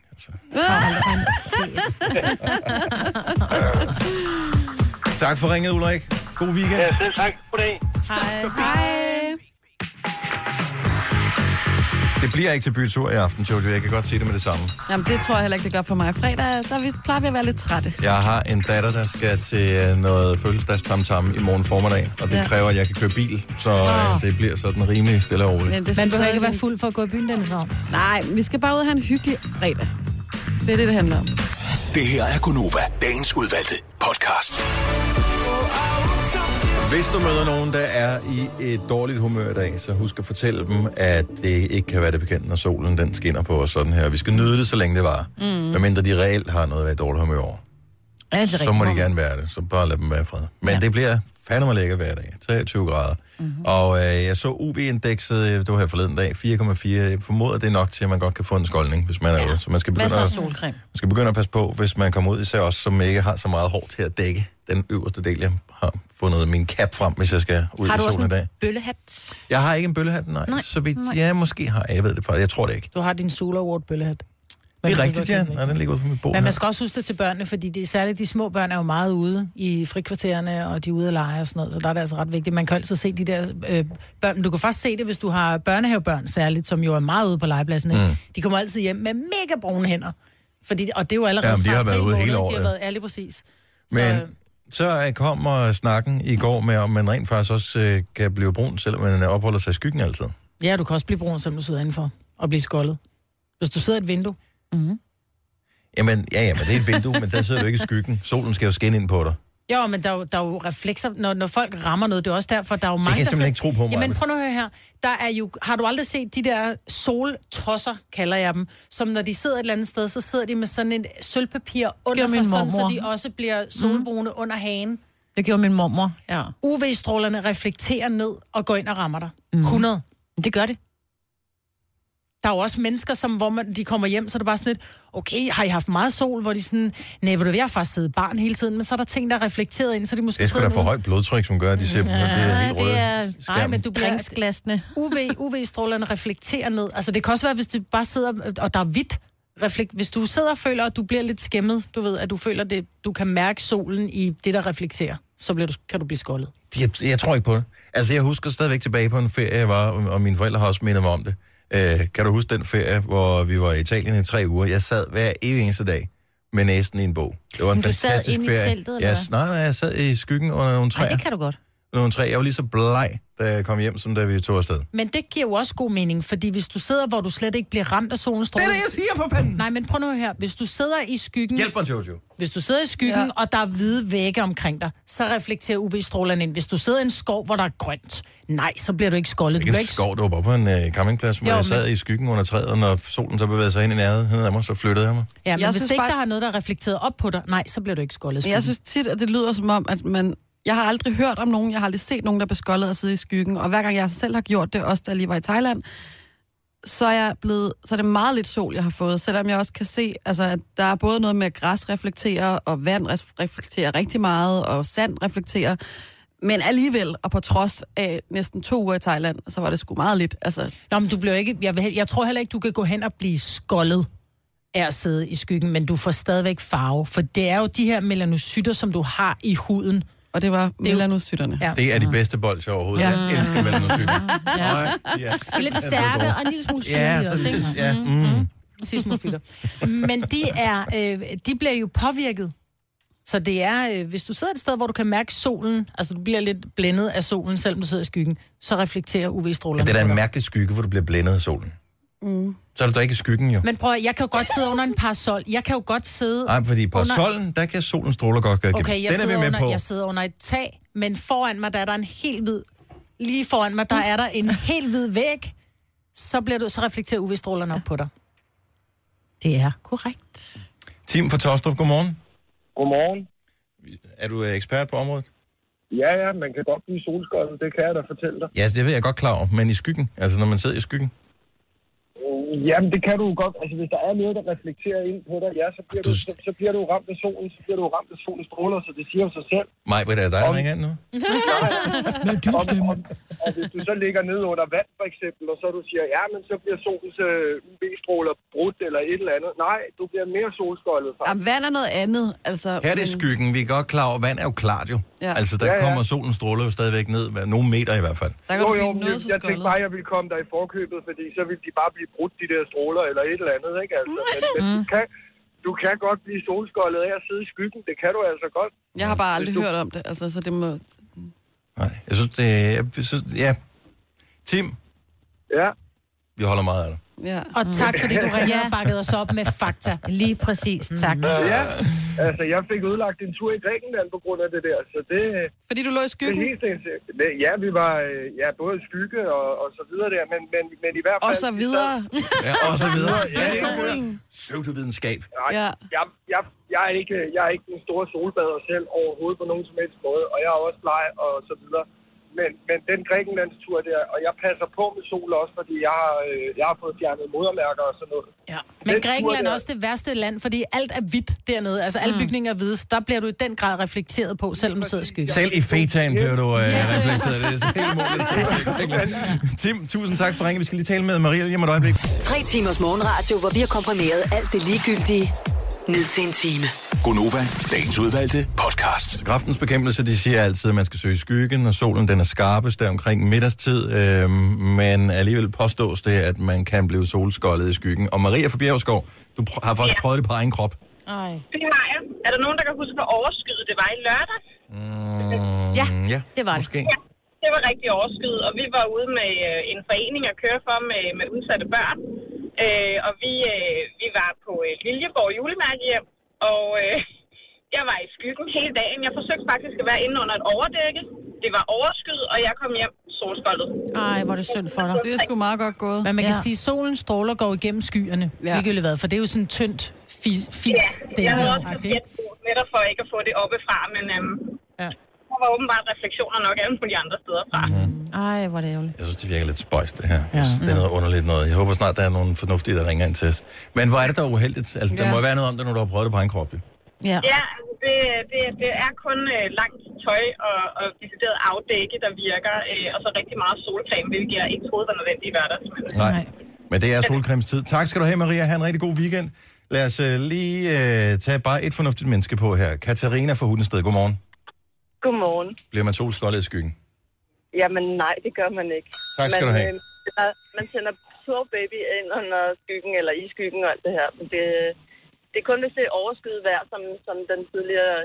S1: Altså. tak for ringet, Ulrik. God weekend.
S12: Ja, selv tak. Goddag.
S3: Hej. Hej.
S1: Det bliver ikke til bytur i aften, Jojo. Jeg kan godt sige det med det samme.
S3: Jamen, det tror jeg heller ikke, det gør for mig. Fredag, der er vi, plejer vi at være lidt trætte.
S1: Jeg har en datter, der skal til øh, noget fødselsdagstamtam i morgen formiddag, og det
S3: Ja.
S1: ja. kræver, at jeg kan køre bil, så øh,
S3: Åh.
S1: det bliver sådan rimelig stille og roligt.
S3: Men det
S2: Man
S3: skal
S2: behøver
S3: stadig-
S2: ikke være fuld for at gå i byen, Dennis Ravn.
S3: Nej, vi skal bare ud og have en hyggelig fredag. Det er det, det handler om.
S6: Det her er Gonova, dagens udvalgte podcast.
S4: Mm.
S1: Hvis du møder nogen, der er i et dårligt humør i dag, så husk at fortælle dem, at det ikke kan være det bekendt, når solen den skinner på os sådan her. Vi skal nyde det, så længe det var. Mm. Medmindre de reelt har noget at være i dårligt humør over.
S4: Ja, det er
S1: Så må de gerne være det, så bare lad dem være i fred. Men ja. det bliver fandme lækker hver dag, 23 grader.
S4: Mhm.
S1: Mm-hmm. Og øh, jeg så UV-indekset, øh, det var her forleden dag, 4,4. Jeg formoder, det er nok til, at man godt kan få en skoldning, hvis man er ude. Så man skal, begynde
S4: Masser af
S1: at,
S4: solcreme.
S1: man skal begynde at passe på, hvis man kommer ud, især os, som ikke har så meget hår til at dække den øverste del. Jeg har fundet min cap frem, hvis jeg skal ud
S4: Har
S1: i
S4: du også
S1: solen i
S4: en
S1: dag.
S4: bøllehat?
S1: Jeg har ikke en bøllehat, nej. nej. Så vidt, nej. Ja, måske har jeg, jeg ved det faktisk. Jeg tror det ikke.
S2: Du har din Solar Award bøllehat.
S1: Det er rigtigt, ja. Nej, den ligger ude på mit bord
S2: Men
S1: her.
S2: man skal også huske det til børnene, fordi de, særligt de små børn er jo meget ude i frikvartererne, og de er ude at lege og sådan noget, så der er det altså ret vigtigt. Man kan altid se de der øh, børn, men du kan faktisk se det, hvis du har børnehavebørn særligt, som jo er meget ude på legepladsen. Mm.
S1: Mm.
S2: De kommer altid hjem med mega brune hænder, fordi, og det er jo allerede
S1: Ja, men de
S2: fra
S1: har været
S2: april
S1: ude hele
S2: måned,
S1: året,
S2: De
S1: ja.
S2: har været, ja, lige præcis.
S1: Men så, så kommer snakken i går med, om man rent faktisk også øh, kan blive brun, selvom man opholder sig i skyggen altid.
S2: Ja, du kan også blive brun, som du sidder indenfor, og blive skoldet. Hvis du sidder i et vindue.
S4: Mhm.
S2: Mm-hmm.
S1: Jamen, ja, ja, men det er et vindue, men der sidder du ikke i skyggen. Solen skal jo skinne ind på dig.
S2: Jo, men der er jo, der er jo reflekser, når, når folk rammer noget. Det er også derfor, der er jo mange,
S1: kan jeg
S2: der
S1: simpelthen
S2: sidder-
S1: ikke tro på, Maja.
S2: Jamen, prøv nu at høre her. Der er jo, har du aldrig set de der soltosser, kalder jeg dem, som når de sidder et eller andet sted, så sidder de med sådan en sølvpapir under
S4: gjorde
S2: sig,
S4: min
S2: sådan, så
S4: mormor. Mhm.
S2: de også bliver solbrune mm. under hagen.
S4: Det gjorde min mormor, ja.
S2: UV-strålerne reflekterer ned og går ind og rammer dig. Mm. 100.
S4: Mhm. Det gør det.
S2: Der er jo også mennesker, som, hvor man, de kommer hjem, så er det bare sådan lidt, okay, har I haft meget sol, hvor de sådan, nej, ved du, hvad, jeg har faktisk siddet barn hele tiden, men så er der ting, der er reflekteret ind, så de måske
S1: Det er sgu da
S2: sidder
S1: for
S2: ude.
S1: højt blodtryk, som gør, at de ser, ja, det er helt røde.
S2: nej, men du bliver...
S4: Dringsglasene.
S2: UV, UV-strålerne reflekterer ned. Altså, det kan også være, hvis du bare sidder, og der er hvidt, reflekt, hvis du sidder og føler, at du bliver lidt skæmmet, du ved, at du føler, det, du kan mærke solen i det, der reflekterer, så bliver du, kan du blive skoldet.
S1: Jeg, jeg tror ikke på det. Altså, jeg husker stadigvæk tilbage på en ferie, jeg var, og og mine forældre har også mindet mig om det. Øh, kan du huske den ferie, hvor vi var i Italien i tre uger? Jeg sad hver evig eneste dag med næsten i en bog. Det var en
S4: Men du sad
S1: fantastisk
S4: inde i
S1: ferie.
S4: teltet, eller
S1: jeg,
S4: hvad?
S1: nej, nej, jeg sad i skyggen under nogle træer.
S4: Nej, det kan du godt.
S1: Nogle træer. Jeg var lige så bleg, da jeg kom hjem, som da vi tog afsted.
S2: Men det giver jo også god mening, fordi hvis du sidder, hvor du slet ikke bliver ramt af solens stråler...
S1: Det er det, jeg siger for fanden!
S2: Nej, men prøv nu her. Hvis du sidder i skyggen...
S1: Hjælp mig, Jojo.
S2: Hvis du sidder i skyggen, ja. og der er hvide vægge omkring dig, så reflekterer UV-strålerne ind. Hvis du sidder i en skov, hvor der er grønt, nej, så bliver du ikke skoldet. Du
S1: Ikke
S2: bliver
S1: en
S2: ikke
S1: skov, det var bare på en øh, campingplads, hvor
S2: Jo,
S1: jeg
S2: men-
S1: sad i skyggen under træet, og når solen så bevægede sig ind i nærheden af mig, så flyttede jeg mig.
S2: Ja, men
S3: Jeg
S2: hvis
S3: synes
S2: ikke
S3: fakt-
S2: der har noget, der er reflekteret op på dig, nej, så bliver du ikke skoldet.
S3: Men jeg synes tit, at det lyder som om, at man Jeg har aldrig hørt om nogen, jeg har aldrig set nogen, der er beskoldet og sidde i skyggen. Og hver gang jeg selv har gjort det, også da jeg lige var i Thailand, så er, jeg blevet, så er det meget lidt sol, jeg har fået. Selvom jeg også kan se, altså, at der er både noget med, at græs reflekterer, og vand res- reflekterer rigtig meget, og sand reflekterer. Men alligevel, og på trods af næsten to uger i Thailand, så var det sgu meget lidt. Altså.
S2: Nå, men du bliver ikke... Jeg, vil, jeg tror heller ikke, du kan gå hen og blive skoldet af at sidde i skyggen, men du får stadigvæk farve, for det er jo de her melanocytter, som du har i huden.
S3: Og det var melanocytterne.
S2: Ja.
S1: Det er de bedste bolcher overhovedet.
S2: Ja.
S1: Ja. Jeg elsker melanocyter.
S2: Ja.
S1: Nej,
S2: Altså,
S1: ja.
S2: De er lidt stærke og en lille smule
S1: Ja,
S2: syrlige
S1: så
S2: også,
S1: lidt,
S2: ikke?
S1: ja. Mm.
S2: Sidst må filter. Men de, er, øh, de bliver jo påvirket. Så det er, øh, hvis du sidder et sted, hvor du kan mærke solen, altså du bliver lidt blændet af solen, selvom du sidder i skyggen, så reflekterer
S1: Ja,
S2: UV-strålerne.
S1: det er da
S2: på
S1: en
S2: dig.
S1: mærkelig skygge, hvor du bliver blændet af solen.
S2: Mm.
S1: Så er du da ikke i skyggen, jo.
S2: Men prøv at, jeg kan jo godt sidde under en parasol. Jeg kan jo godt sidde...
S1: Nej, fordi på
S2: under-
S1: solen, der kan solen stråler godt gøre
S2: Okay, jeg,
S1: Den er vi
S2: sidder
S1: med
S2: under,
S1: på.
S2: jeg sidder under et tag, men foran mig, der er der en helt hvid... Lige foran mig, der er der en helt hvid væg. Så, bliver du, så reflekterer UV-strålerne op på dig. Det er korrekt.
S1: Tim fra Tostrup, godmorgen.
S13: Godmorgen.
S1: Er du øh, ekspert på området?
S13: Ja, ja, man kan godt blive solskoldet, det kan jeg da fortælle dig.
S1: Ja, det ved jeg godt klar over, men i skyggen. Altså, når man sidder i skyggen.
S13: Øh, Jamen, det kan du jo godt. Altså, hvis der er noget, der reflekterer ind på dig, ja, så bliver du, så, så bliver du ramt af solen, så bliver du ramt af solens stråler, så det siger jo sig selv.
S1: Maj, hvad er det dig, der ringer ind nu?
S13: Med dyb stemme. Og hvis du så ligger ned under vand, for eksempel, og så du siger, ja, men så bliver solens øh, UV-stråler brudt eller et eller andet. Nej, du bliver mere solskoldet. faktisk.
S3: Jamen, vand er noget andet. Altså,
S1: Her er det skyggen, vi er godt klar over. Vand er jo klart, jo.
S3: Ja.
S1: Altså, der
S3: Ja, ja.
S1: kommer solen stråler jo stadigvæk ned, hvad- nogle meter i hvert fald.
S3: Der kan
S13: jo,
S3: du blive
S13: jo, men
S3: noget
S13: jeg,
S3: så
S13: jeg tænkte
S3: skoldet.
S13: bare, jeg ville komme dig i forkøbet, fordi så ville de bare blive brudt, de der stråler, eller et eller andet, ikke? Altså, men, men
S3: Mm.
S13: du, kan, du kan godt blive solskoldet af at sidde i skyggen, det kan du altså godt.
S3: Jeg har bare aldrig
S13: Hvis du-
S3: hørt om det, altså, så det må...
S1: Jeg synes, det er... Jeg synes, ja. Tim?
S13: Ja?
S1: Vi holder meget af dig.
S3: Ja.
S2: Og tak, fordi du ringer og bakkede os op med fakta. Lige præcis, tak.
S13: Ja, altså jeg fik udlagt en tur i Grækenland på grund af det der, så det...
S3: Fordi du lå i skyggen?
S13: Det er helt sindssygt. Det- Ja, vi var øh, ja, både i skygge og, og så videre der, men, men, men i hvert fald...
S3: Og så videre.
S1: Ja, og så videre.
S13: Ja, ja, ja.
S1: Søvdevidenskab.
S13: Nej, ja. jeg, jeg, jeg, er ikke, jeg er ikke den store solbader selv overhovedet på nogen som helst måde, og jeg er også bleg og så videre. Men, men den Grækenlandstur der, og jeg passer på med sol også, fordi jeg har, øh, jeg har fået fjernet modermærker og sådan noget.
S2: Ja. Men Grækenland er også det værste land, fordi alt er hvidt dernede. Altså alle bygninger er hvide, så der bliver du i den grad reflekteret på, selvom du sidder i skyggen.
S1: Selv i fetaen bliver du øh,
S2: Ja.
S1: reflekteret. Det er så helt målet. Tim, tusind tak for ringen. Vi skal lige tale med Maria lige om et øjeblik.
S5: Tre timers morgenradio, hvor vi har komprimeret alt det ligegyldige ned til en time.
S1: Gonova, dagens udvalgte podcast. Så kraftens bekæmpelse, de siger altid, at man skal søge skyggen, og solen den er skarpest der omkring middagstid, øh, men alligevel påstås det, at man kan blive solskoldet i skyggen. Og Maria fra Bjergskov, du pr- har faktisk prøvet det på egen krop.
S2: Ej.
S14: Det har jeg. Er der nogen, der kan huske, hvor overskyet det var i lørdag?
S1: Mm, ja. ja.
S14: Det var det. Måske. Ja, det var rigtig overskyet, og vi var ude med øh, en forening at køre for med, med udsatte børn. Øh, og vi, øh, vi var på øh, Liljeborg julemærkehjem, og øh, jeg var i skyggen hele dagen. Jeg forsøgte faktisk at være inde under et overdække. Det var overskyet, og jeg kom hjem solskoldet.
S2: Ej, hvor er det synd for dig.
S3: Det er sgu meget godt gået.
S2: Men man kan
S14: Ja.
S2: ja. sige, at solen stråler går igennem skyerne. Ja. Ligegyldigt hvad, for det er jo sådan tyndt fis. fis
S14: Ja, jeg havde også
S2: det
S14: et netop for ikke at få det oppefra, men øhm,
S2: ja.
S14: der var åbenbart refleksioner nok alle mulige andre steder fra.
S4: Ej, hvor er det ærgerligt.
S1: Jeg synes, det virker lidt spøjst, det her. Ja. Det er noget underligt noget. Jeg håber snart, der er nogen fornuftige, der ringer ind til os. Men hvor er det dog uheldigt? Altså, ja.
S14: Ja.
S1: der må jo være noget om det, når du har prøvet det på egen krop. Jo.
S4: Ja,
S14: ja altså, det, det, det er kun øh, langt tøj og, og decideret afdække, der virker, øh, og så rigtig meget solcreme, hvilket jeg ikke troede var nødvendigt i hverdags. Men,
S1: Nej. Men det er solcremstid. Tak skal du have, Maria. Ha' en rigtig god weekend. Lad os øh, lige øh, tage bare et fornuftigt menneske på her. Katarina fra Hundested. Godmorgen.
S15: Godmorgen.
S1: Bliver man solskoldet i skyggen?
S15: Jamen nej, det gør man ikke.
S1: Tak
S15: man,
S1: skal du have.
S15: øh, sender- man sender poor baby ind under skyggen eller i skyggen og alt det her. Men det, det er kun hvis det er overskyet vejr, som, som den tidligere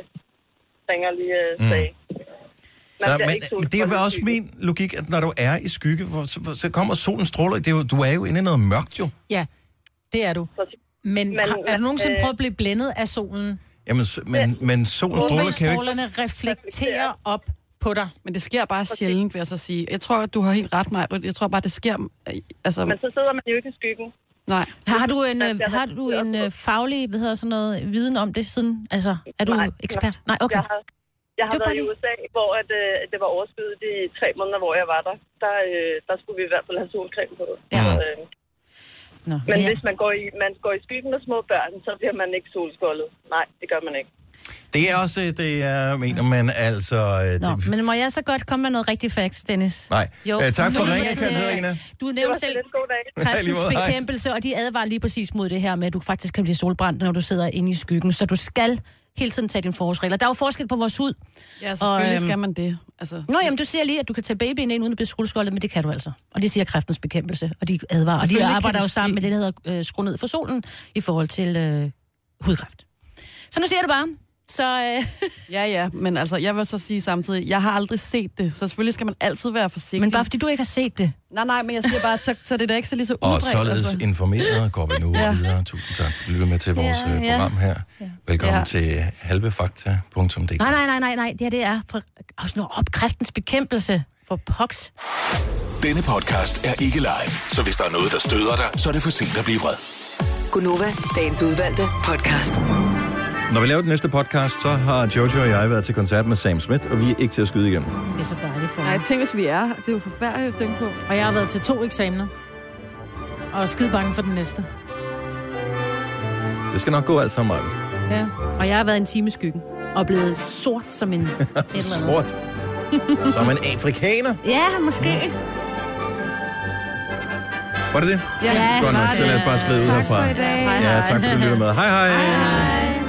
S15: ringer lige øh,
S1: Mm.
S15: sagde. Man
S1: Så,
S15: bliver ikke
S1: men, men det er
S15: solskoldet
S1: vel
S15: i
S1: også
S15: skyggen.
S1: min logik, at når du er i skygge, hvor, så, så kommer solen stråler. Det er jo, du er jo inde i noget mørkt, jo.
S2: ja, det er du. Men har, er du nogensinde
S15: øh,
S2: prøvet at blive blændet af solen?
S1: Jamen, s- men, men solen stråler kan jo ikke...
S2: UV-strålerne reflekterer op på dig.
S3: Men det sker bare sjældent, vil jeg så sige. Jeg tror, at du har helt ret, mig. Jeg tror bare, det sker... øh, Altså,
S15: Men så sidder man jo ikke i skyggen.
S3: nej.
S4: Har, har du en, øh, har du en øh, faglig hvad hedder sådan noget, viden om det siden? Altså, er du
S15: Nej.
S4: ekspert? Nej, okay.
S15: Jeg har, Jeg har været i USA, hvor at, øh, det var overskyet de tre måneder, hvor jeg var der. Der, øh, der skulle vi i hvert fald have solcreme på. Ja. Øh,
S4: Nå,
S15: men ja. hvis man går, i, man går i skyggen af små børn, så bliver man ikke solskoldet. Nej, det gør man ikke.
S1: Det er også, øh, det er, mener man altså... øh, Det,
S4: Nå, men må jeg så godt komme med noget rigtig facts, Dennis?
S1: Nej. Øh, tak for
S4: Fordi
S1: ringen,
S4: at,
S1: Katarina.
S4: øh, Du nævnte selv
S1: Ja, lige
S4: kræftens
S1: måde. Hej.
S4: bekæmpelse, og de advarer lige præcis mod det her med, at du faktisk kan blive solbrændt, når du sidder inde i skyggen. Så du skal hele tiden tage dine forholdsregler. Der er jo forskel på vores hud.
S3: Ja, selvfølgelig
S2: øhm,
S3: skal man det. Altså,
S4: Nå, jamen, du siger lige, at du kan tage babyen ind uden at blive skuldskoldet, men det kan du altså. Og det siger kræftens bekæmpelse, og de advarer. Og de
S3: Selvfølgelig kan
S4: arbejder
S3: det
S4: jo sammen med det, der hedder øh, skru ned for solen, i forhold til øh, hudkræft. Så nu siger du bare, så... Øh...
S3: ja, ja, men altså, jeg vil så sige samtidig, jeg har aldrig set det, så selvfølgelig skal man altid være forsigtig.
S4: Men bare fordi du ikke har set det?
S3: Nej, nej, men jeg siger bare, så, så det er da ikke så lige så
S1: Og
S3: udbredt.
S1: således altså. informeret går vi nu
S3: Ja.
S1: ja. videre. Tusind tak for at lytte med til vores
S4: Ja,
S1: ja,
S4: ja.
S1: ja. program her. Velkommen
S4: Ja.
S1: ja. til halvefakta.dk.
S4: Nej, nej, nej, nej, nej. Det her, det er for... Også noget op, kræftens bekæmpelse for pox.
S6: Denne podcast er ikke live, så hvis der er noget, der støder dig, så er det for sent at blive vred.
S5: Gunova, dagens udvalgte podcast.
S1: Når vi laver den næste podcast, så har Jojo og jeg været til koncert med Sam Smith, og vi er ikke til at skyde igen.
S4: Det er så dejligt for
S3: Nej, jeg tænker, hvis vi er. Det er jo forfærdeligt at tænke på.
S2: Og jeg har været til to eksamener. Og er skide bange for den næste.
S1: Det skal nok gå alt sammen. Maja.
S4: Ja. Og jeg har været en time i skyggen, og blevet sort som en... et eller andet.
S1: Sort. Som en afrikaner.
S4: Ja, måske.
S1: Var det det?
S4: Ja,
S1: Godt nok,
S4: det var
S1: så lad os
S4: det.
S1: bare skrive ud
S4: Tak
S1: herfra.
S4: for i dag. Hej,
S1: Ja,
S4: hej.
S1: tak fordi du lytter med. Hej hej. hej, hej.